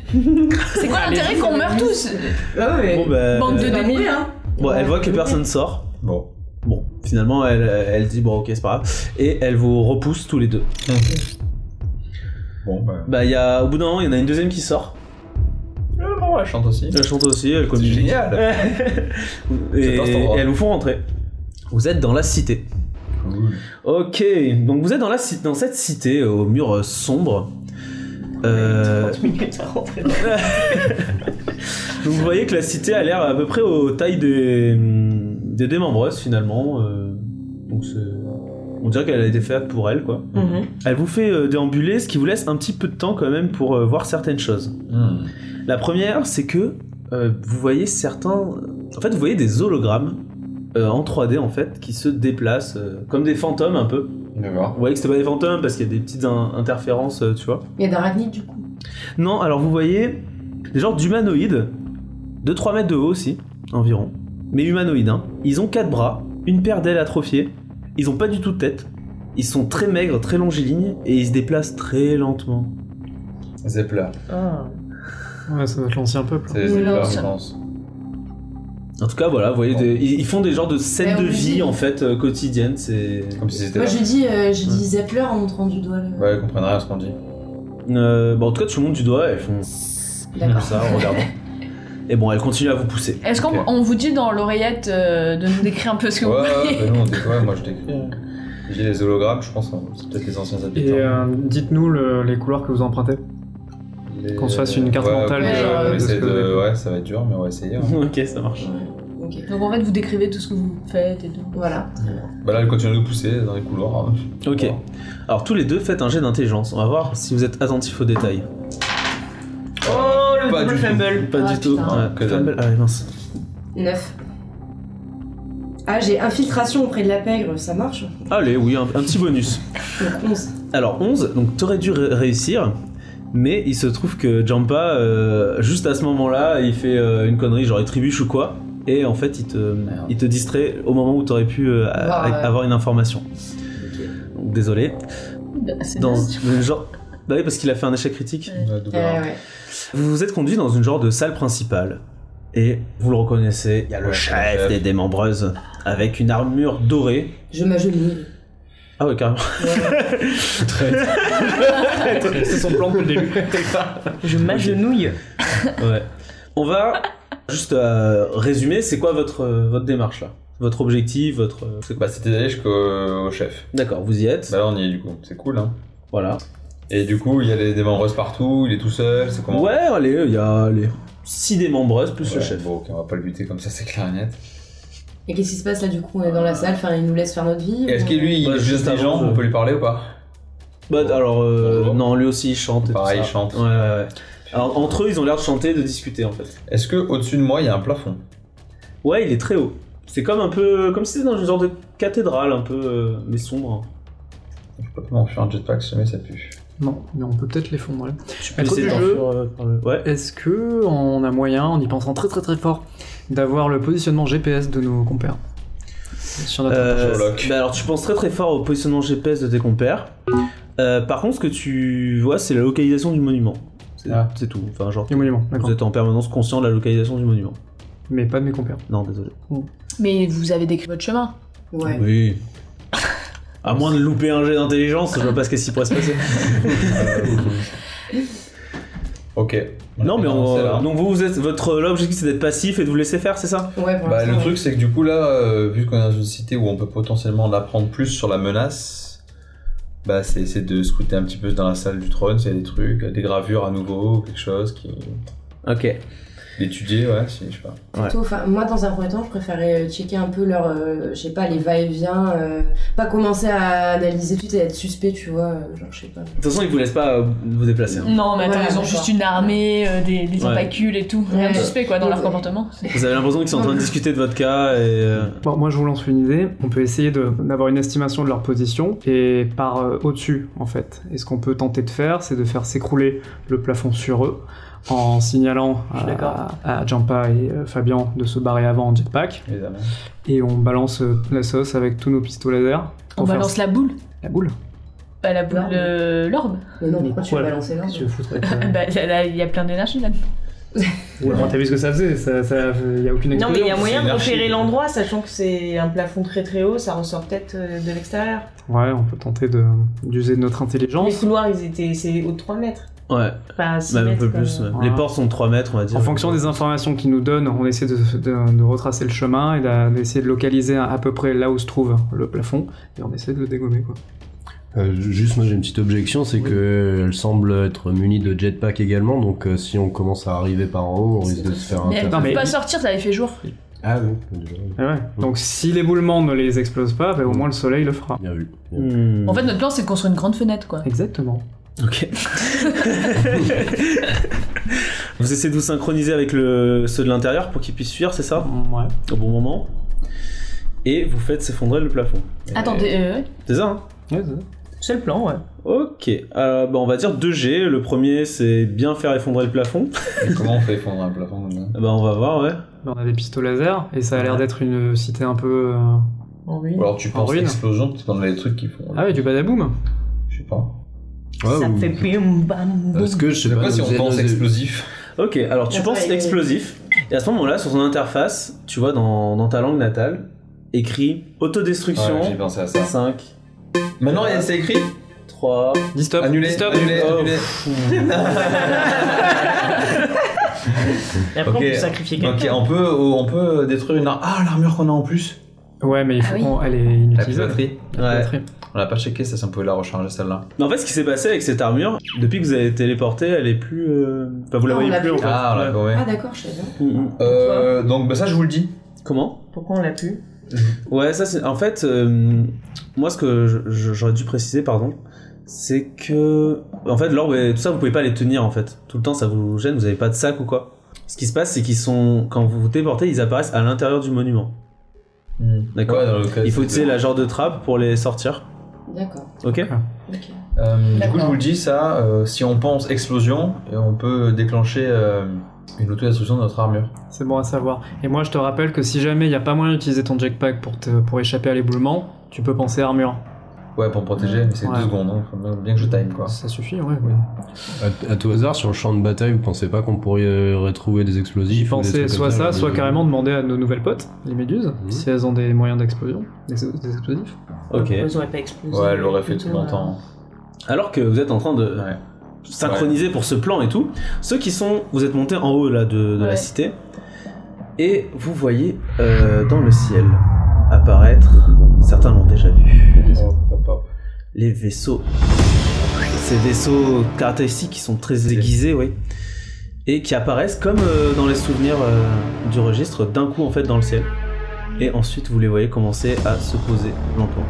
C'est quoi l'intérêt qu'on meurt tous
Ah ouais.
bon, bah,
Bande de
euh,
Bah,
2000.
oui, hein.
bon, elle voit que personne sort.
Bon.
Bon, finalement, elle, elle dit, bon, ok, c'est pas grave. Et elle vous repousse tous les deux.
Bon, bah.
Bah, il y a, au bout d'un moment, il y en a une deuxième qui sort.
Euh, bon, elle chante aussi.
Elle chante aussi, elle
C'est
communique.
génial.
et,
J'adore cet endroit.
et elle vous font rentrer. Vous êtes dans la cité.
Cool.
Ok, donc vous êtes dans, la, ci- dans cette cité euh, aux murs euh, sombres. Euh,
30 minutes à rentrer.
donc vous voyez que la cité a l'air à peu près aux tailles des, hum, des démembreuses finalement. euh, donc c'est- on dirait qu'elle a été faite pour elle quoi.
Mhm.
Elle vous fait euh, déambuler, ce qui vous laisse un petit peu de temps quand même pour euh, voir certaines choses.
Hmm.
La première, c'est que euh, vous voyez certains. En fait, vous voyez des hologrammes euh, en 3D en fait qui se déplacent euh, comme des fantômes un peu.
D'accord.
Vous voyez que c'était pas des fantômes parce qu'il y a des petites in- interférences, euh, tu vois.
Il y a d'arachnides du coup.
Non, alors vous voyez des genres d'humanoïdes, de 3 mètres de haut aussi, environ. Mais humanoïdes, hein. Ils ont quatre bras, une paire d'ailes atrophiées, ils ont pas du tout de tête, ils sont très maigres, très longilignes, et ils se déplacent très lentement.
Zepler.
Ah.
Ouais, ça doit être l'ancien peuple.
C'est les
Ou
Zepler,
lance.
je pense.
En tout cas, voilà, vous voyez, des- ils ils font des genres de scènes
Ouais,
de
on dit.
vie, en fait, euh, quotidiennes, c'est...
Comme si c'était.
Moi
là.
je dis, euh, je dis Zeppler en montrant du doigt. le-
Ouais, ils comprennent rien à ce qu'on dit.
Euh, bon, en tout cas, tout le monde du doigt, elles font comme
D'accord.
ça, en regardant. et bon, elles continuent à vous pousser.
Est-ce qu'on
Ok.
on vous dit dans l'oreillette euh, de nous décrire un peu ce que
Ouais,
vous voyez
ouais, bah nous, on dit- ouais, moi je t'écris. Je dis les hologrammes, je pense, hein, c'est peut-être les anciens
Et
habitants.
euh, dites-nous le- les couleurs que vous empruntez.
Les-
qu'on se fasse une carte
ouais,
mentale,
ouais,
euh,
on
de
essaie
ce que
de-
vous avez.
ouais, ça va être dur, mais on va essayer. hein.
ok, ça marche.
Ok.
Donc en fait, vous décrivez tout ce que vous faites et tout.
Voilà.
Bah là, elle continue à nous pousser dans les couloirs. hein.
Ok.
Voilà.
Alors tous les deux faites un jet d'intelligence. On va voir si vous êtes attentif aux détails.
Oh, le
Pas
double
du tout.
fumble.
Pas
Ah,
du tout.
putain.
Ouais,
Que dalle.
fumble. Ah, mince.
9. Ah, j'ai infiltration auprès de la pègre, ça marche Donc
Allez, oui, un, un petit bonus.
11.
Alors 11, donc t'aurais dû ré- réussir, mais il se trouve que Jampa, euh, juste à ce moment-là, il fait euh, une connerie, genre il trébuche ou quoi, et en fait il te, il te distrait au moment où t'aurais pu euh, a-
ouais.
avoir une information. Donc, désolé.
Bah, c'est
Dans
naze.
une genre... Bah oui, parce qu'il a fait un échec critique.
Ouais, double
Euh,
A.
ouais.
Vous vous êtes conduit dans une genre de salle principale. Et vous le reconnaissez, il y a le
Ouais,
chef
chef.
des démembreuses avec une armure dorée.
Je m'agenouille.
Ah ouais, carrément.
C'est son plan depuis le début.
Je m'agenouille.
Ouais. On va juste euh, résumer, c'est quoi votre, euh, votre démarche là Votre objectif, votre... euh, c'est quoi
Bah, c'était d'aller jusqu'au au chef.
D'accord, vous y êtes.
Bah là, on y est du coup, c'est cool. Hein.
Voilà.
Et du coup, il y a les démembreuses partout, il est tout seul, c'est comment
Ouais, allez, il y a les 6 démembreuses plus le
Ouais,
chef.
Bon, ok, on va pas le buter comme ça, c'est clair et net.
Et qu'est-ce qui se passe là du coup On est dans la salle, enfin il nous laisse faire notre vie.
Et Est-ce
ou-
que lui, il
Ouais,
est
juste
juste des
avant,
gens,
je-
on peut lui parler ou pas
Bah alors, euh,
Bonjour.
non, lui aussi il chante. et
Pareil,
tout
il
ça.
chante.
Ouais, ouais, ouais. Alors, entre eux, ils ont l'air de chanter, de discuter en fait.
Est-ce que au-dessus de moi, il y a un plafond
Ouais, il est très haut. C'est comme un peu. Comme si c'était dans une genre de cathédrale, un peu. euh, mais sombre.
Je peux pas m'enfuir un jetpack, si jamais ça pue.
Non, mais on peut peut-être les fondre. ouais.
Tu
Maître
essayer
du
d'en
jeu.
faire, euh, par le- Ouais.
Est-ce que on a moyen, en y pensant très très très fort, d'avoir le positionnement GPS de nos compères Sur notre-
Euh,
Sherlock.
bah alors tu penses très très fort au positionnement GPS de tes compères. Euh, par contre, ce que tu vois, c'est la localisation du monument. C'est
Ah.
c'est tout. Enfin, genre,
Du monument,
vous
d'accord.
êtes en permanence conscient de la localisation du monument.
Mais pas de mes compères.
Non, désolé.
Mais vous avez décrit votre chemin.
Ouais.
Oui. À moins de louper un jet d'intelligence, je vois pas ce qu'est-ce qui pourrait se passer.
Ok.
Non, mais on-
C'est là.
donc vous, vous êtes votre l'objectif c'est d'être passif et de vous laisser faire, c'est ça
Ouais, pour
Bah,
l'instant,
le
ouais.
truc, c'est que du coup, là, euh, vu qu'on est dans une cité où on peut potentiellement en apprendre plus sur la menace, bah, c'est c'est de scouter un petit peu dans la salle du trône, s'il y a des trucs, euh, des gravures à nouveau, ou quelque chose, qui...
Ok.
d'étudier, ouais, si, je sais pas.
Ouais.
Plutôt, enfin, moi, dans un premier temps, je préférais euh, checker un peu leur, euh, je sais pas, les va-et-vient, euh, pas commencer à analyser tout et être suspect, tu vois, euh, genre, je sais pas.
De toute façon, ils vous laissent pas euh, vous déplacer. hein.
Non, mais attends,
Ouais,
ils ont
d'accord.
juste une armée, euh, des, des
Ouais.
impacules et tout. Rien de
Ouais.
suspect, quoi, dans leur
Ouais.
comportement.
Vous avez l'impression qu'ils sont en train de discuter de votre cas et. euh,
Bon, moi, je vous lance une idée. On peut essayer de- d'avoir une estimation de leur position et par euh, au-dessus, en fait. Et ce qu'on peut tenter de faire, c'est de faire s'écrouler le plafond sur eux en signalant
Je suis d'accord.
à, à Jampa et euh, Fabian de se barrer avant en jetpack.
Évidemment.
Et on balance euh, la sauce avec tous nos pistolets laser.
On
pour faire
balance la boule.
la boule.
Bah, la boule,
L'orbe.
euh, l'orbe.
Mais non,
Mais
pourquoi tu
quoi,
veux
là
balancer là
Qu'est-ce que tu veux foutre avec,
Ah
euh,
Bah, là, là, il y a plein d'énergie là.
Ouais, enfin, T'as vu ce que ça faisait ça, ça- y a aucune
Non, mais il y a
explosion.
moyen de
l'archi.
repérer l'endroit, sachant que c'est un plafond très très haut, ça ressort peut-être euh, de l'extérieur.
Ouais, on peut tenter de- d'user de notre
Les
intelligence.
couloirs, ils étaient c'est haut de 3 mètres.
Ouais,
Enfin, 6
même Bah, un
mètres. euh,
peu
quoi.
plus. ouais.
Ouais.
Les portes sont de 3 mètres, on va dire.
En fonction des informations qu'ils nous donnent, on essaie de, de- de retracer le chemin et d'a- d'essayer de localiser à peu près là où se trouve le plafond et on essaie de le dégommer quoi.
Euh, juste, moi j'ai une petite objection, c'est
Oui.
que elle semble être munie de jetpack également, donc euh, si on commence à arriver par en haut, on risque de se faire un
Mais elles
tas-
non, mais-
peuvent pas sortir, ça avait fait jour.
Ah oui, déjà,
Ah ouais. Donc si l'éboulement ne les explose pas, bah, au moins le soleil le fera.
bien vu. Bien vu.
Hmm.
En fait, notre plan, c'est de construire une grande fenêtre, quoi.
Exactement.
Ok. vous essayez de vous synchroniser avec le, ceux de l'intérieur pour qu'ils puissent fuir, c'est ça
Ouais.
Au bon moment. Et vous faites s'effondrer le plafond.
Attendez, euh,
C'est ça, hein
Ouais, c'est ça.
C'est le plan, ouais.
Ok. Euh, bah, on va dire 2G. Le premier, c'est bien faire effondrer le plafond.
Mais Comment on fait fondre un plafond comme ça
Bah, on va voir, ouais.
Bah, on a des pistolets laser et ça a l'air d'être une cité un peu. euh,
En ruine.
Ou alors tu
En
penses
ruine.
explosion, tu penses les trucs qui font.
Ah ouais, du badaboom.
Je sais pas.
Ouais,
ça
ou-
fait bim bam boum.
Parce que je
Je
sais
sais
pas
pas si
vous
on
êtes
pense
dans-
explosif.
Ok, alors tu
Ouais,
penses
ouais.
explosif, et à ce moment-là, sur ton interface, tu vois dans, dans ta langue natale, écrit autodestruction,
Ouais, j'ai pensé à ça.
5,
Maintenant, il y a- c'est écrit
3,
Dis stop.
Annulé,
dis stop.
annulé,
Oh,
annulé.
Et après,
Ok.
on peut sacrifier
Ok,
quelqu'un.
on peut, euh, on peut détruire une arme. Ah, l'armure qu'on a en plus
Ouais, mais il
Ah
faut
oui.
qu'on. Elle est
La plus
inutilisable.
batterie.
La
Ouais.
batterie.
On l'a pas checké, ça, si on pouvait la recharger celle-là.
Mais en fait, ce qui s'est passé avec cette armure, depuis que vous avez téléporté, elle est plus... euh, Enfin, vous la
Ah, on
voyez
l'a
plus, en
plus.
fait.
Ah, on l'a pas, ouais.
Ah, d'accord, je savais.
Mm, mm.
Ah,
Euh, donc, bah, ça, je vous le dis.
Comment
Pourquoi on l'a pu
Ouais, ça c'est... En fait, euh, moi, ce que je- je- j'aurais dû préciser, pardon, c'est que... En fait, l'orbe et tout ça, vous pouvez pas les tenir, en fait. Tout le temps, ça vous gêne, vous avez pas de sac ou quoi. Ce qui se passe, c'est qu'ils sont... Quand vous vous téléportez, ils apparaissent à l'intérieur du monument.
Hmm.
D'accord.
Ouais, dans le cas,
Il faut,
c'est-
tu sais, la genre de trappe pour les sortir.
D'accord.
Ok
Ok.
Euh, du coup,
D'accord.
je vous le dis, ça, euh, si on pense explosion, et on peut déclencher euh, une autodestruction de notre armure.
C'est bon à savoir. Et moi, je te rappelle que si jamais il n'y a pas moyen d'utiliser ton jetpack pour, te, pour échapper à l'éboulement, tu peux penser armure.
Ouais, pour me protéger, mais c'est
Ouais.
deux secondes, hein. Faut bien que je time, quoi.
Ça suffit, ouais.
À, à tout hasard, sur le champ de bataille, vous pensez pas qu'on pourrait euh, retrouver des explosifs
J'y
ou des trucs
pensais
comme
soit ça,
des-
soit carrément demander à nos nouvelles potes, les méduses,
Mhm.
si elles ont des moyens d'explosion, des, des explosifs.
Ok.
Ils auraient pas explosé.
Ouais, elle l'aurait fait
Plutôt,
tout longtemps.
hein.
hein.
Alors que vous êtes en train de
Ouais.
synchroniser pour ce plan et tout, ceux qui sont, vous êtes montés en haut là de, de la
Ouais.
cité, et vous voyez euh, dans le ciel apparaître, certains l'ont déjà vu,
Hop, hop, hop.
les vaisseaux. Ces vaisseaux caractéristiques qui sont très aiguisés, oui, et qui apparaissent comme euh, dans les souvenirs euh, du registre, d'un coup en fait dans le ciel. Et ensuite vous les voyez commencer à se poser lentement.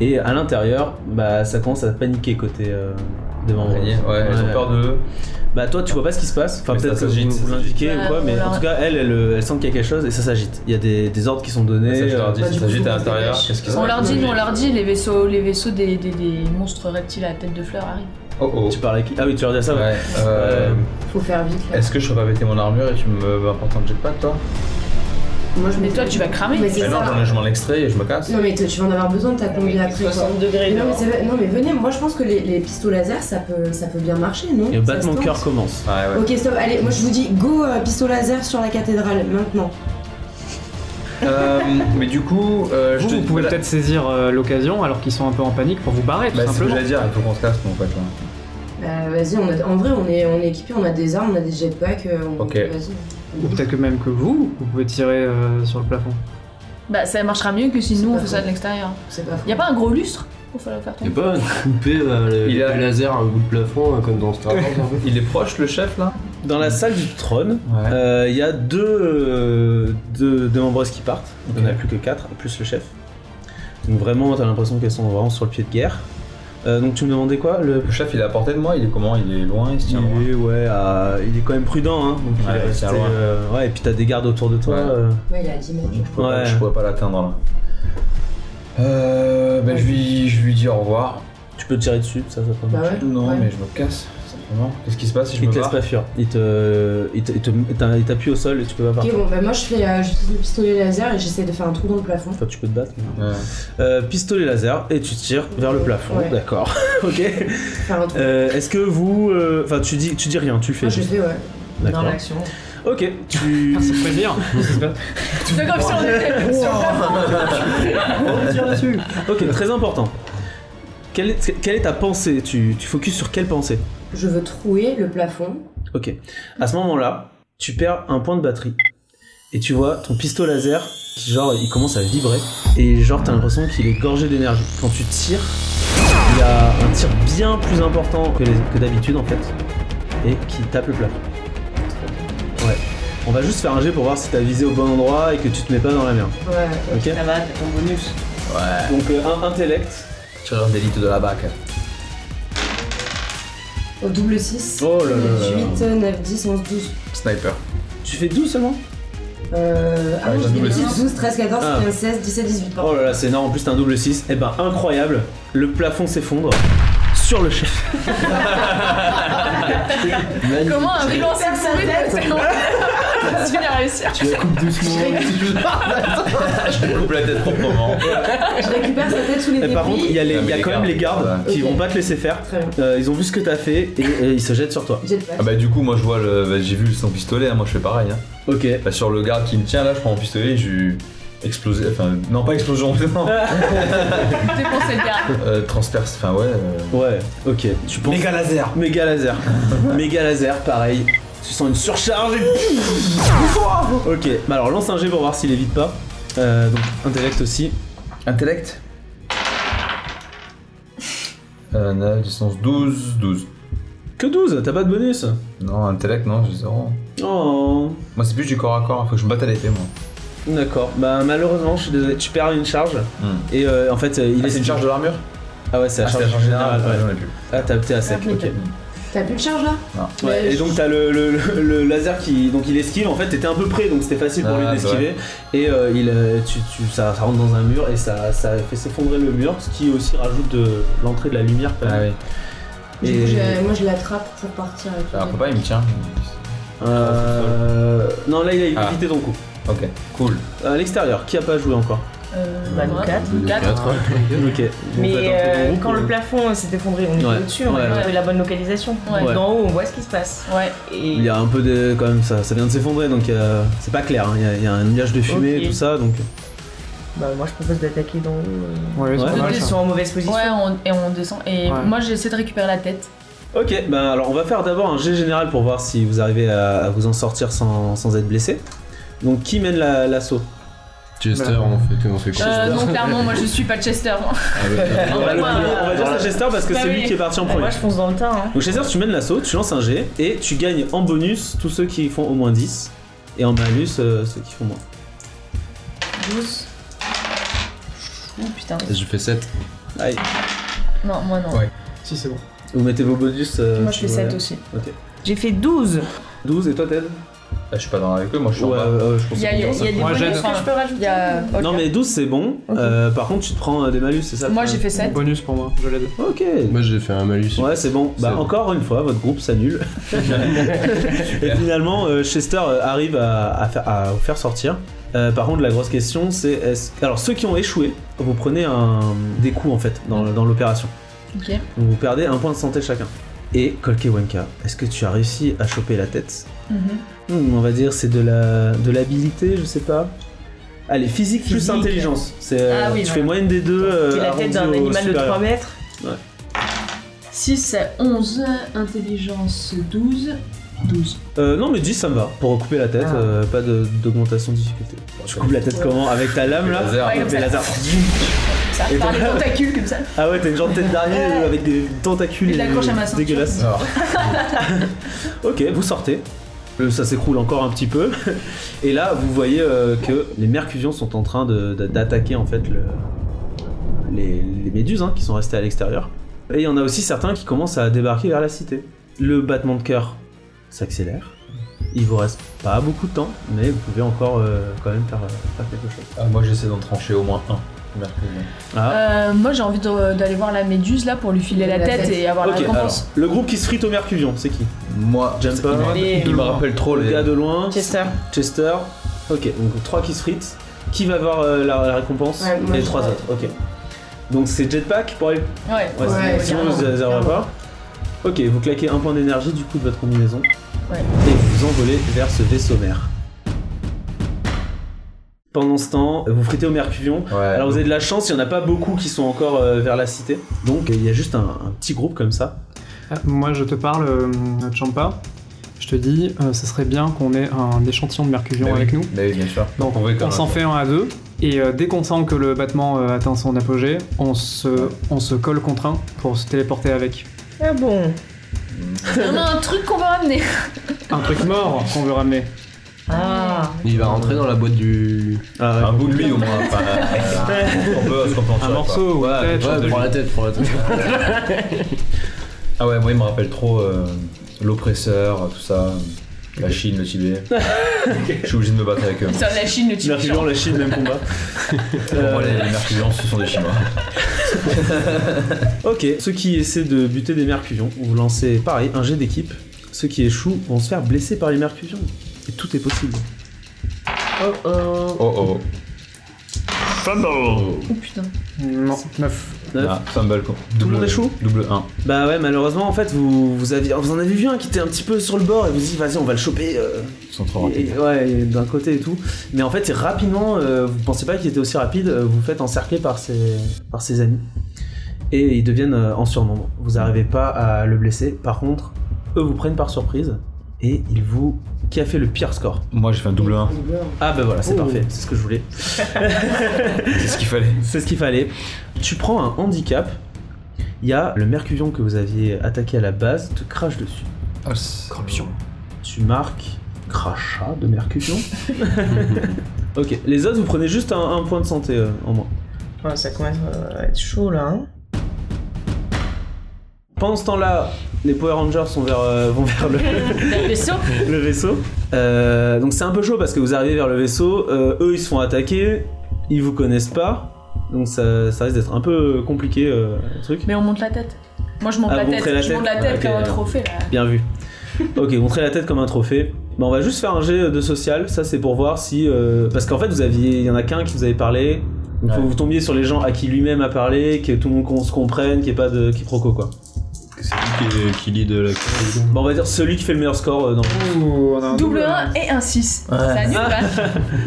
Et à l'intérieur, bah, ça commence à paniquer côté euh, des membres.
Araignée, Ouais, elles ont
Ouais.
peur de.
Bah toi tu vois pas ce qui se passe, enfin
Mais
peut-être
ça
que vous,
s'agite,
vous
ça
l'indiquez
s'agite.
ou quoi,
Ouais,
mais
on
en
leur-
tout cas elle, elle, euh, elle sent qu'il y a quelque chose et ça s'agite. Il y a des, des ordres qui sont
Ça,
donnés.
je leur dis,
euh,
bah,
si
du
ça
coup,
agite à
on se
l'intérieur,
dépêche.
qu'est-ce qui se
On
passe
leur dit, on leur dit, les vaisseaux, les vaisseaux des, des- des monstres reptiles à tête de fleur arrivent.
Oh oh.
Tu parles avec qui Ah oui tu leur dis ça. Ouais.
Ouais, euh,
Faut faire vite là.
Est-ce que je peux pas péter mon armure et tu me m'apportes un jetpack, toi
Moi, je
Mais
me-
toi, tu vas cramer.
Mais c'est
Mais non,
ça.
j'en- je m'en extrais et je me casse.
Non, mais t- tu vas en avoir besoin de ta combi après. quoi.
60 degrés.
Non mais,
dehors.
c'est vrai- non, mais venez, moi je pense que les, les pistolets laser ça peut, ça peut bien marcher, non
Et le
Ça
battement de
se tente.
cœur commence.
Ouais, ouais.
Ok, stop, allez, moi je vous dis go euh, pistolet laser sur la cathédrale maintenant.
Euh, mais du coup, euh,
Vous,
je te
vous pouvez
voilà.
peut-être saisir euh, l'occasion alors qu'ils sont un peu en panique pour vous barrer tout
Bah, c'est ce que
simplement.
j'allais dire, il faut qu'on se casse, mon pote. là.
Bah vas-y, on a- en vrai on est, on est équipé, on a des armes, on a des jetpacks. euh, on-
Ok.
Vas-y.
Ou peut-être que même que vous, vous pouvez tirer euh, sur le plafond.
Bah, ça marchera mieux que si nous
pas
on fait ça
faux.
de l'extérieur.
C'est pas faux.
Y a pas un gros lustre pour faire faire
Y'a
tomber
pas coupé euh, le,
Il a-
le laser à un bout de plafond euh, comme dans Star Wars un peu
Il est proche, le chef, là
Dans
Mm.
la salle du trône,
Ouais.
euh, il y a deux, euh, deux, deux membreuses qui partent. Il n'y en a
Ok.
plus que quatre, plus le chef. Donc vraiment t'as l'impression qu'elles sont vraiment sur le pied de guerre. Euh, donc tu me demandais quoi le...
Le chef, il est à portée de moi, il est comment Il est loin, il se
Il
tient loin.
est, ouais, à- il est quand même prudent, hein. Donc il
Ouais,
est resté,
c'est loin.
euh, ouais, et puis t'as des gardes autour de toi.
Ouais.
euh,
Ouais, il a 10 mètres.
Donc, je pourrais, pas,
Ouais.
je pourrais pas l'atteindre, là. Euh, ben, je, lui, je lui dis au revoir.
tu peux tirer dessus, ça, ça peut
Bah
marcher.
ouais.
Non,
ouais.
mais je me casse, simplement. Qu'est-ce qui se passe si je
Il
me
te laisse
barre
pas fuir. Il te, il te- il te- il t'a- il t'appuie au sol et tu peux pas
Ok,
partir.
bon, bah moi je fais, euh, j'utilise le pistolet laser et j'essaie de faire un trou dans le plafond.
Enfin, tu peux te battre. mais-
Ouais.
Euh, pistolet laser et tu tires vers le plafond.
Ouais.
D'accord. ok.
Faire un trou.
Euh, Est-ce que vous, euh, enfin, tu dis, tu dis rien, tu le fais.
Moi je
juste.
fais, ouais.
Dans
D'accord.
l'action.
Ok. Tu.
Merci de plaisir.
C'est comme si on était sur le plafond.
On tire dessus.
ok. Très important. Quelle est, quelle est ta pensée tu, tu focuses sur quelle pensée
Je veux trouer le plafond.
Ok. À ce moment-là, tu perds un point de batterie et tu vois ton pistolet laser qui, genre, il commence à vibrer et, genre, t'as l'impression qu'il est gorgé d'énergie. Quand tu tires, il y a un tir bien plus important que, les- que d'habitude, en fait, et qui tape le plafond. Ouais. On va juste faire un jet pour voir si t'as visé au bon endroit et que tu te mets pas dans la merde.
Ouais.
Ok
Ça va, t'as ton bonus.
Donc, euh, un intellect.
Tireur d'élite de la bac.
Au double 6.
Oh là là là là.
8, 9, 10, 11, 12.
Sniper.
Tu fais 12 seulement
Euh, ah
Ah,
non,
j'ai
j'ai
un
des
double
petits
six.
12, 13, 14,
Ah.
15, 16, 17, 18. pardon.
Oh là là, c'est énorme, en plus t'as un double 6. Eh ben incroyable, le plafond s'effondre sur le chef.
Comment un bilan s'est sauvé Tu viens réussir.
Tu la coupes doucement.
Je lui coupe la tête proprement.
Je récupère sa tête sous les
Et
débris.
Eh, par contre, il y a, les-
Ah, mais
il y a
les
quand même
gardes,
les gardes
ouais.
qui
Ok.
vont pas te laisser faire.
Très bien.
Euh, ils ont vu ce que t'as fait et, et ils se jettent sur toi.
Jetpack.
Ah bah du coup moi je vois le. bah, j'ai vu son pistolet, hein, moi je fais pareil. Hein.
Ok.
Bah, sur le garde qui me tient là, je prends mon pistolet et je lui explose. Enfin non pas explosion, non.
Dépensez le garde.
Euh, transperce, enfin ouais. euh,
Ouais, ok. Tu penses. Méga laser Méga laser. Méga laser, pareil. Tu sens une surcharge et- Ok, bah alors lance un G pour voir s'il évite pas. Euh, donc intellect aussi.
Intellect euh, 9, 10, 11, 12, 12.
Que 12 T'as pas de bonus
Non, intellect, non, j'ai 0.
Oh.
Moi, c'est plus du corps à corps, faut que je me batte à l'épée, moi.
D'accord. Bah malheureusement, je suis désolé. Tu perds une charge
Hmm.
et euh, en fait euh, il
Ah,
est.
c'est une charge de l'armure
Ah ouais, c'est la
Ah,
charge
c'est
générale.
Ouais,
ouais.
j'en ai plus.
Ah, t'as opté à sec.
Ah,
Ok.
nickel. T'as plus de charge là
Ouais,
Mais
et
je-
donc t'as le, le, le laser qui donc il esquive en fait t'étais un peu près donc c'était facile pour
Ah,
lui
bah
d'esquiver et euh, il euh, tu, tu- ça, ça rentre dans un mur et ça, ça fait s'effondrer le mur ce qui aussi rajoute de l'entrée de la lumière quand
Ah
même.
oui.
Du
Et- Ah,
coup, je- moi je l'attrape pour partir avec
Alors,
lui.
papa, il me tient.
Euh, non là il a évité
Ah.
ton coup.
Ok, cool.
À l'extérieur qui a pas joué encore.
Euh,
Bah, nous quatre.
Ah.
Ok.
Mais
Vous faites un
euh,
tour de
quand le
groupe,
plafond s'est effondré, on était
Ouais.
au-dessus, on
Ouais.
avait la bonne localisation.
Ouais.
Donc, D'en haut, on voit ce qui se passe.
Ouais.
Et
Il y a un peu de quand même ça ça vient de s'effondrer donc euh, c'est pas clair hein. il, y a, il y a un nuage de fumée
Ok.
tout ça donc.
bah, moi, je propose d'attaquer d'en haut. euh,
Ouais,
Ouais.
c'est pas
parce
mal,
qu'ils
ça.
sont en mauvaise position.
Ouais, on- et on descend. Et
Ouais.
moi, j'essaie de récupérer la tête.
Ok, bah alors on va faire d'abord un jet général pour voir si vous arrivez à, à vous en sortir sans, sans être blessé. Donc qui mène la- l'assaut
Chester, on fait on fait quoi
Euh, non, clairement, moi, je suis pas Chester. moi.
On va le-
Ouais,
on va dire ça Chester parce que
Bah
c'est lui
oui.
qui est parti en
Bah,
premier.
moi, je fonce dans le tas. Hein.
Donc Chester, tu mènes l'assaut, tu lances un jet et tu gagnes en bonus tous ceux qui font au moins 10 et en malus euh, ceux qui font moins.
12. Oh putain.
J'ai fait 7.
Allez,
Non, moi non.
Ouais.
Si c'est bon.
vous mettez vos bonus. euh,
Moi je
si
fais
vous
7
voulez.
aussi.
J'ai fait 12.
12 et toi Ted
Là, je suis pas dans avec eux, moi je suis en
Ouais, euh,
bas.
ouais, je pense
Il y a,
que
il y a
c'est
des
Moi,
bonus
j'aide.
que je peux rajouter. Il y a- ok.
Non mais 12 c'est bon, Euh, par contre tu te prends euh, des malus, c'est ça
Moi
tu-
j'ai fait 7.
Bonus pour moi, je l'aide.
Ok
Bah,
Moi j'ai fait un malus.
Ouais c'est bon, bah
C'est-
encore une fois votre groupe s'annule. et finalement euh, Chester euh, arrive à, à faire, à vous faire sortir. Euh, par contre la grosse question c'est est-ce... Alors ceux qui ont échoué, vous prenez un... des coups en fait dans, dans l'opération.
Ok.
Donc, Vous perdez un point de santé chacun. Et Kolkewenka, est-ce que tu as réussi à choper la tête
Mhm.
Hmm, On va dire c'est de la de l'habilité, je sais pas. Allez, physique, plus
Physique.
intelligence. C'est, euh,
Ah oui,
tu
voilà.
fais moyenne des deux.
Qui est
euh,
la tête
arrondi au
d'un animal de
supérieur.
3 mètres.
6, c'est 11. Intelligence, 12. 12.
Euh, non, mais 10 ça me va. Pour couper la tête,
Ah.
euh, pas de- d'augmentation de difficulté. Tu coupes la tête comment Avec ta lame là
Laser.
Ouais, comme
Tes
ça.
lasers.
Ça
Et
par les
toi
tentacules comme ça.
Ah ouais, t'as une genre de tête d'araignée
Ouais.
euh, avec des tentacules
Et je l'accroche à ma ceinture.
dégueulasses.
Alors,
Ok, vous sortez. Euh, Ça s'écroule encore un petit peu. Et là, vous voyez euh, que les Mercusions sont en train de- de- d'attaquer en fait le- les, les méduses hein, qui sont restées à l'extérieur. Et il y en a aussi certains qui commencent à débarquer vers la cité. Le battement de cœur s'accélère. Il vous reste pas beaucoup de temps, mais vous pouvez encore euh, quand même faire, faire quelque chose.
ah, moi j'essaie d'en trancher au moins un. Mercredi.
Ah.
Euh, moi j'ai envie de- d'aller voir la méduse là pour lui filer la,
La
tête,
tête.
et avoir
ok,
la
alors,
récompense.
le groupe qui se frite aux Mercusions, c'est qui
Moi,
Jumper.
il me rappelle-
Allez,
il me rappelle trop
Le
les.
gars de loin,
Chester.
Chester. Ok, donc 3 qui se fritent. Qui va avoir euh, la, la récompense
Ouais, moi,
Les
je
3
crois.
autres, ok. Donc c'est Jetpack pour aller.
Ouais,
Ouais,
Ouais,
sinon
carrément,
vous n'arriverez pas. Ok, vous claquez un point d'énergie du coup de votre combinaison.
Ouais.
Et vous vous envolez vers ce vaisseau mère. Pendant ce temps, vous fritez au Mercuvion.
Ouais.
Alors vous avez de la chance, il n'y en a pas beaucoup qui sont encore euh, vers la cité. Donc il y a juste un, un petit groupe comme ça.
Ah, Moi, je te parle, euh, Champa. Je te dis, euh, ça serait bien qu'on ait un échantillon de Mercurion
Bah oui.
avec nous.
Bah oui, bien sûr.
Donc,
veut quand
on
même.
s'en fait un à deux. Et euh, dès qu'on sent que le battement euh, atteint son apogée, on se, on se colle contre un pour se téléporter avec.
Ah bon
On a un truc qu'on va ramener.
Un truc mort qu'on veut ramener.
Ah
Il va rentrer dans la boîte du.
Un bout de lui au moins. enfin, euh, on peut se contenter,
Un
quoi.
morceau ou
Ouais,
peut-être.
Ouais,
de
prends
lui.
la tête, prends la tête.
Ah ouais, moi il me rappelle trop euh, l'oppresseur, tout ça. La Chine, le Tibet. Je suis obligé de me battre avec eux.
Putain, la Chine, le type.
Mercuvion, la Chine, même combat.
Pour moi, les
Euh,
Mercurians, ce sont des Chinois.
Ok, ceux qui essaient de buter des mercuvions, vous lancez pareil un jet d'équipe. Ceux qui échouent vont se faire blesser par les mercuvions. Et tout est possible.
Oh oh
Oh oh.
Oh putain.
Non, neuf.
Neuf.
Ah, fumble quoi.
Tout le monde
Double-
échoue
Double 1.
Bah ouais, malheureusement, en fait, vous, vous, aviez, vous en avez vu un qui était un petit peu sur le bord et vous dites, vas-y, on va le choper. euh,
Ils sont trop rapides.
et- ouais, et d'un côté et tout. Mais en fait, c'est rapidement, euh, vous pensez pas qu'il était aussi rapide, euh, vous vous faites encercler par ses, par ses amis. Et ils deviennent euh, en surnombre. Vous n'arrivez pas à le blesser. Par contre, eux vous prennent par surprise et ils vous. Qui a fait le pire score
Moi j'ai fait un double 1.
Ah bah voilà, c'est
Oh.
parfait, c'est ce que je voulais.
C'est ce qu'il fallait.
C'est ce qu'il fallait. Tu prends un handicap, il y a le mercuvion que vous aviez attaqué à la base, te crache dessus.
Corruption.
Tu marques crachat de mercuvion. ok, les autres, vous prenez juste un, un point de santé euh, en moins.
Ouais, Ça commence à être chaud là. Hein.
Pendant ce temps-là, les Power Rangers sont vers, euh, vont vers le,
Le vaisseau
le vaisseau. Euh, donc c'est un peu chaud parce que vous arrivez vers le vaisseau, euh, eux ils se font attaquer, ils vous connaissent pas. Donc ça, ça risque d'être un peu compliqué euh, le truc.
Mais on monte la tête. Moi je monte
Ah,
la
vous
tête.
montrez la
je
tête.
monte la tête
Ok,
comme un
alors.
trophée là.
Bien vu. Ok, montrer la tête comme un trophée. Bah, on va juste faire un jet de social, ça c'est pour voir si. euh, Parce qu'en fait, vous aviez, il y en a qu'un qui vous avait parlé. Donc faut
Ouais.
que vous tombiez sur les gens à qui lui-même a parlé, que tout le monde qu'on se comprenne, qu'il n'y ait pas de quiproquo quoi.
C'est lui qui, qui lead la.
Bon, on va dire celui qui fait le meilleur score euh, dans.
Ouh, on a un
Double
hein.
1 et un 6. Ça annule
Ah.
pas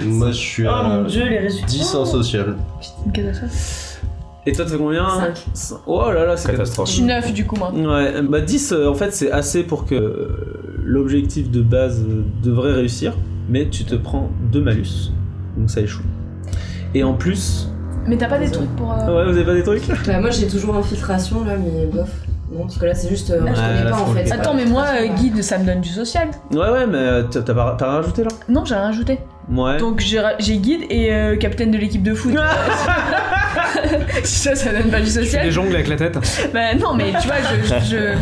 Moi je suis
Oh
Ah,
mon
à
dieu, les résultats.
10 en social.
Une catastrophe.
Et toi, tu fais combien
Cinq.
Cin- Oh là là, c'est
Je
Catastrophe.
suis 9 du coup moi.
Ouais, bah 10 euh, en fait c'est assez pour que euh, l'objectif de base euh, devrait réussir, mais tu te prends deux malus, donc ça échoue. Et en plus.
Mais t'as pas des trucs pour.
Ah
euh,
ouais, vous avez pas des trucs
Bah, moi j'ai toujours infiltration là, mais bof. Non, parce que là c'est juste. euh, on
Ouais,
se connaît
là,
pas
faut
en
le
fait.
faire.
Attends, mais moi, euh, guide, ça me donne du social.
Ouais, ouais, mais euh, t'as t'as pas- t'as rajouté là
Non, j'ai rien ajouté.
Ouais. Ah.
Donc j'ai ra- j'ai guide et euh, capitaine de l'équipe de foot. Si ça, ça donne pas du
Je fais des
social.
jongles avec la tête.
Bah non, mais tu vois, je, je, je-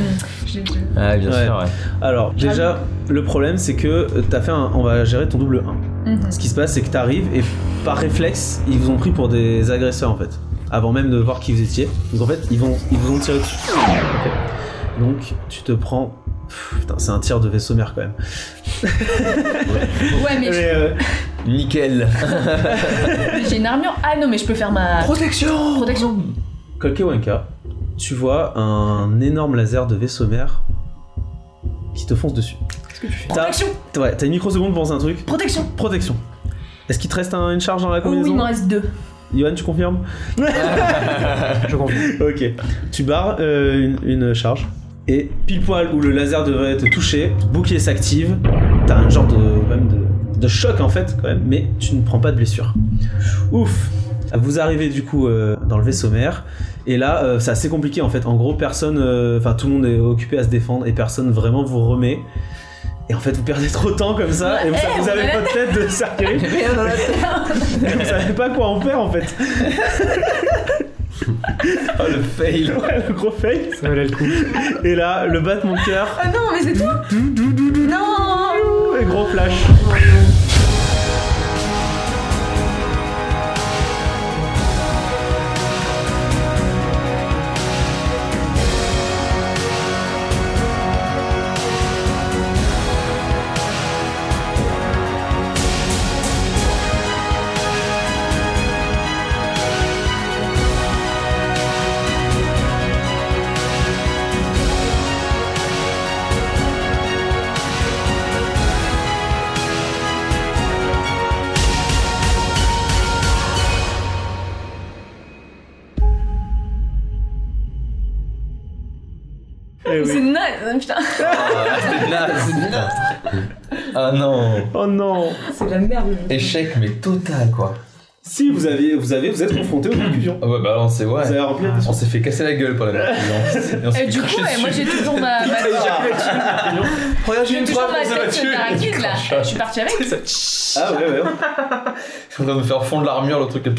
j'ai déjà.
Ah, bien
Ouais.
sûr, ouais.
Alors, déjà, le problème, c'est que euh, t'as fait un. On va gérer ton double 1.
Mhm.
Ce qui se passe, c'est que t'arrives et par réflexe, ils vous ont pris pour des agresseurs en fait. Avant même de voir qui vous étiez. Donc en fait, ils, vont, ils vous ont tiré dessus. Ok. Donc, tu te prends. Pff, Putain, c'est un tir de vaisseau mère quand même.
Ouais, mais
Mais, euh,
Nickel.
j'ai- j'ai une armure. Ah non, mais je peux faire ma
Protection
protection.
Kolkewanka, tu vois un énorme laser de vaisseau mère qui te fonce dessus. T'as-
Protection
Ouais, t'as une microseconde pour penser un truc.
Protection
Protection. Est-ce qu'il te reste un- une charge dans la
Oh oui,
combinaison
il m'en reste deux.
Johan, tu confirmes
Je confirme.
Ok. Tu barres euh, une, une charge. Et pile poil où le laser devrait te toucher, bouclier s'active. T'as un genre de, même de, de choc en fait, quand même, mais tu ne prends pas de blessure. Ouf Vous arrivez du coup euh, dans le vaisseau mère. Et là, euh, c'est assez compliqué en fait. En gros, personne. euh, Enfin, tout le monde est occupé à se défendre et personne vraiment vous remet. Et en fait, vous perdez trop de temps comme ça. Et vous,
Eh,
vous
on
avez
est-
votre tête de cercueil. Et vous savez pas quoi en faire en fait.
Oh, le fail
Ouais, le gros fail.
Ça valait le coup.
Et là, le battement de cœur.
Ah non, mais c'est tout Non
Et gros flash. Eh oui.
C'est naze, putain.
Ah, c'est naze, c'est naze. Ah non
Oh non
C'est la merde.
Échec, mais total, quoi.
Si vous avez, vous avez, vous êtes confronté aux conclusions.
Ah ouais, bah on s'est,
Vous avez
ouais.
rempli.
On s'est fait casser la gueule par la Et on s'est fait
Et Eh, Euh, du coup,
cracher
ouais, moi
dessus.
j'ai toujours ma, ma,
Regarde,
j'ai
j'ai une
toujours
trappe,
ma
on s'est
tête
battu.
de arachide, là. Je suis partie avec.
Ah ouais ouais.
Je suis en train de me faire fondre l'armure, le truc. là.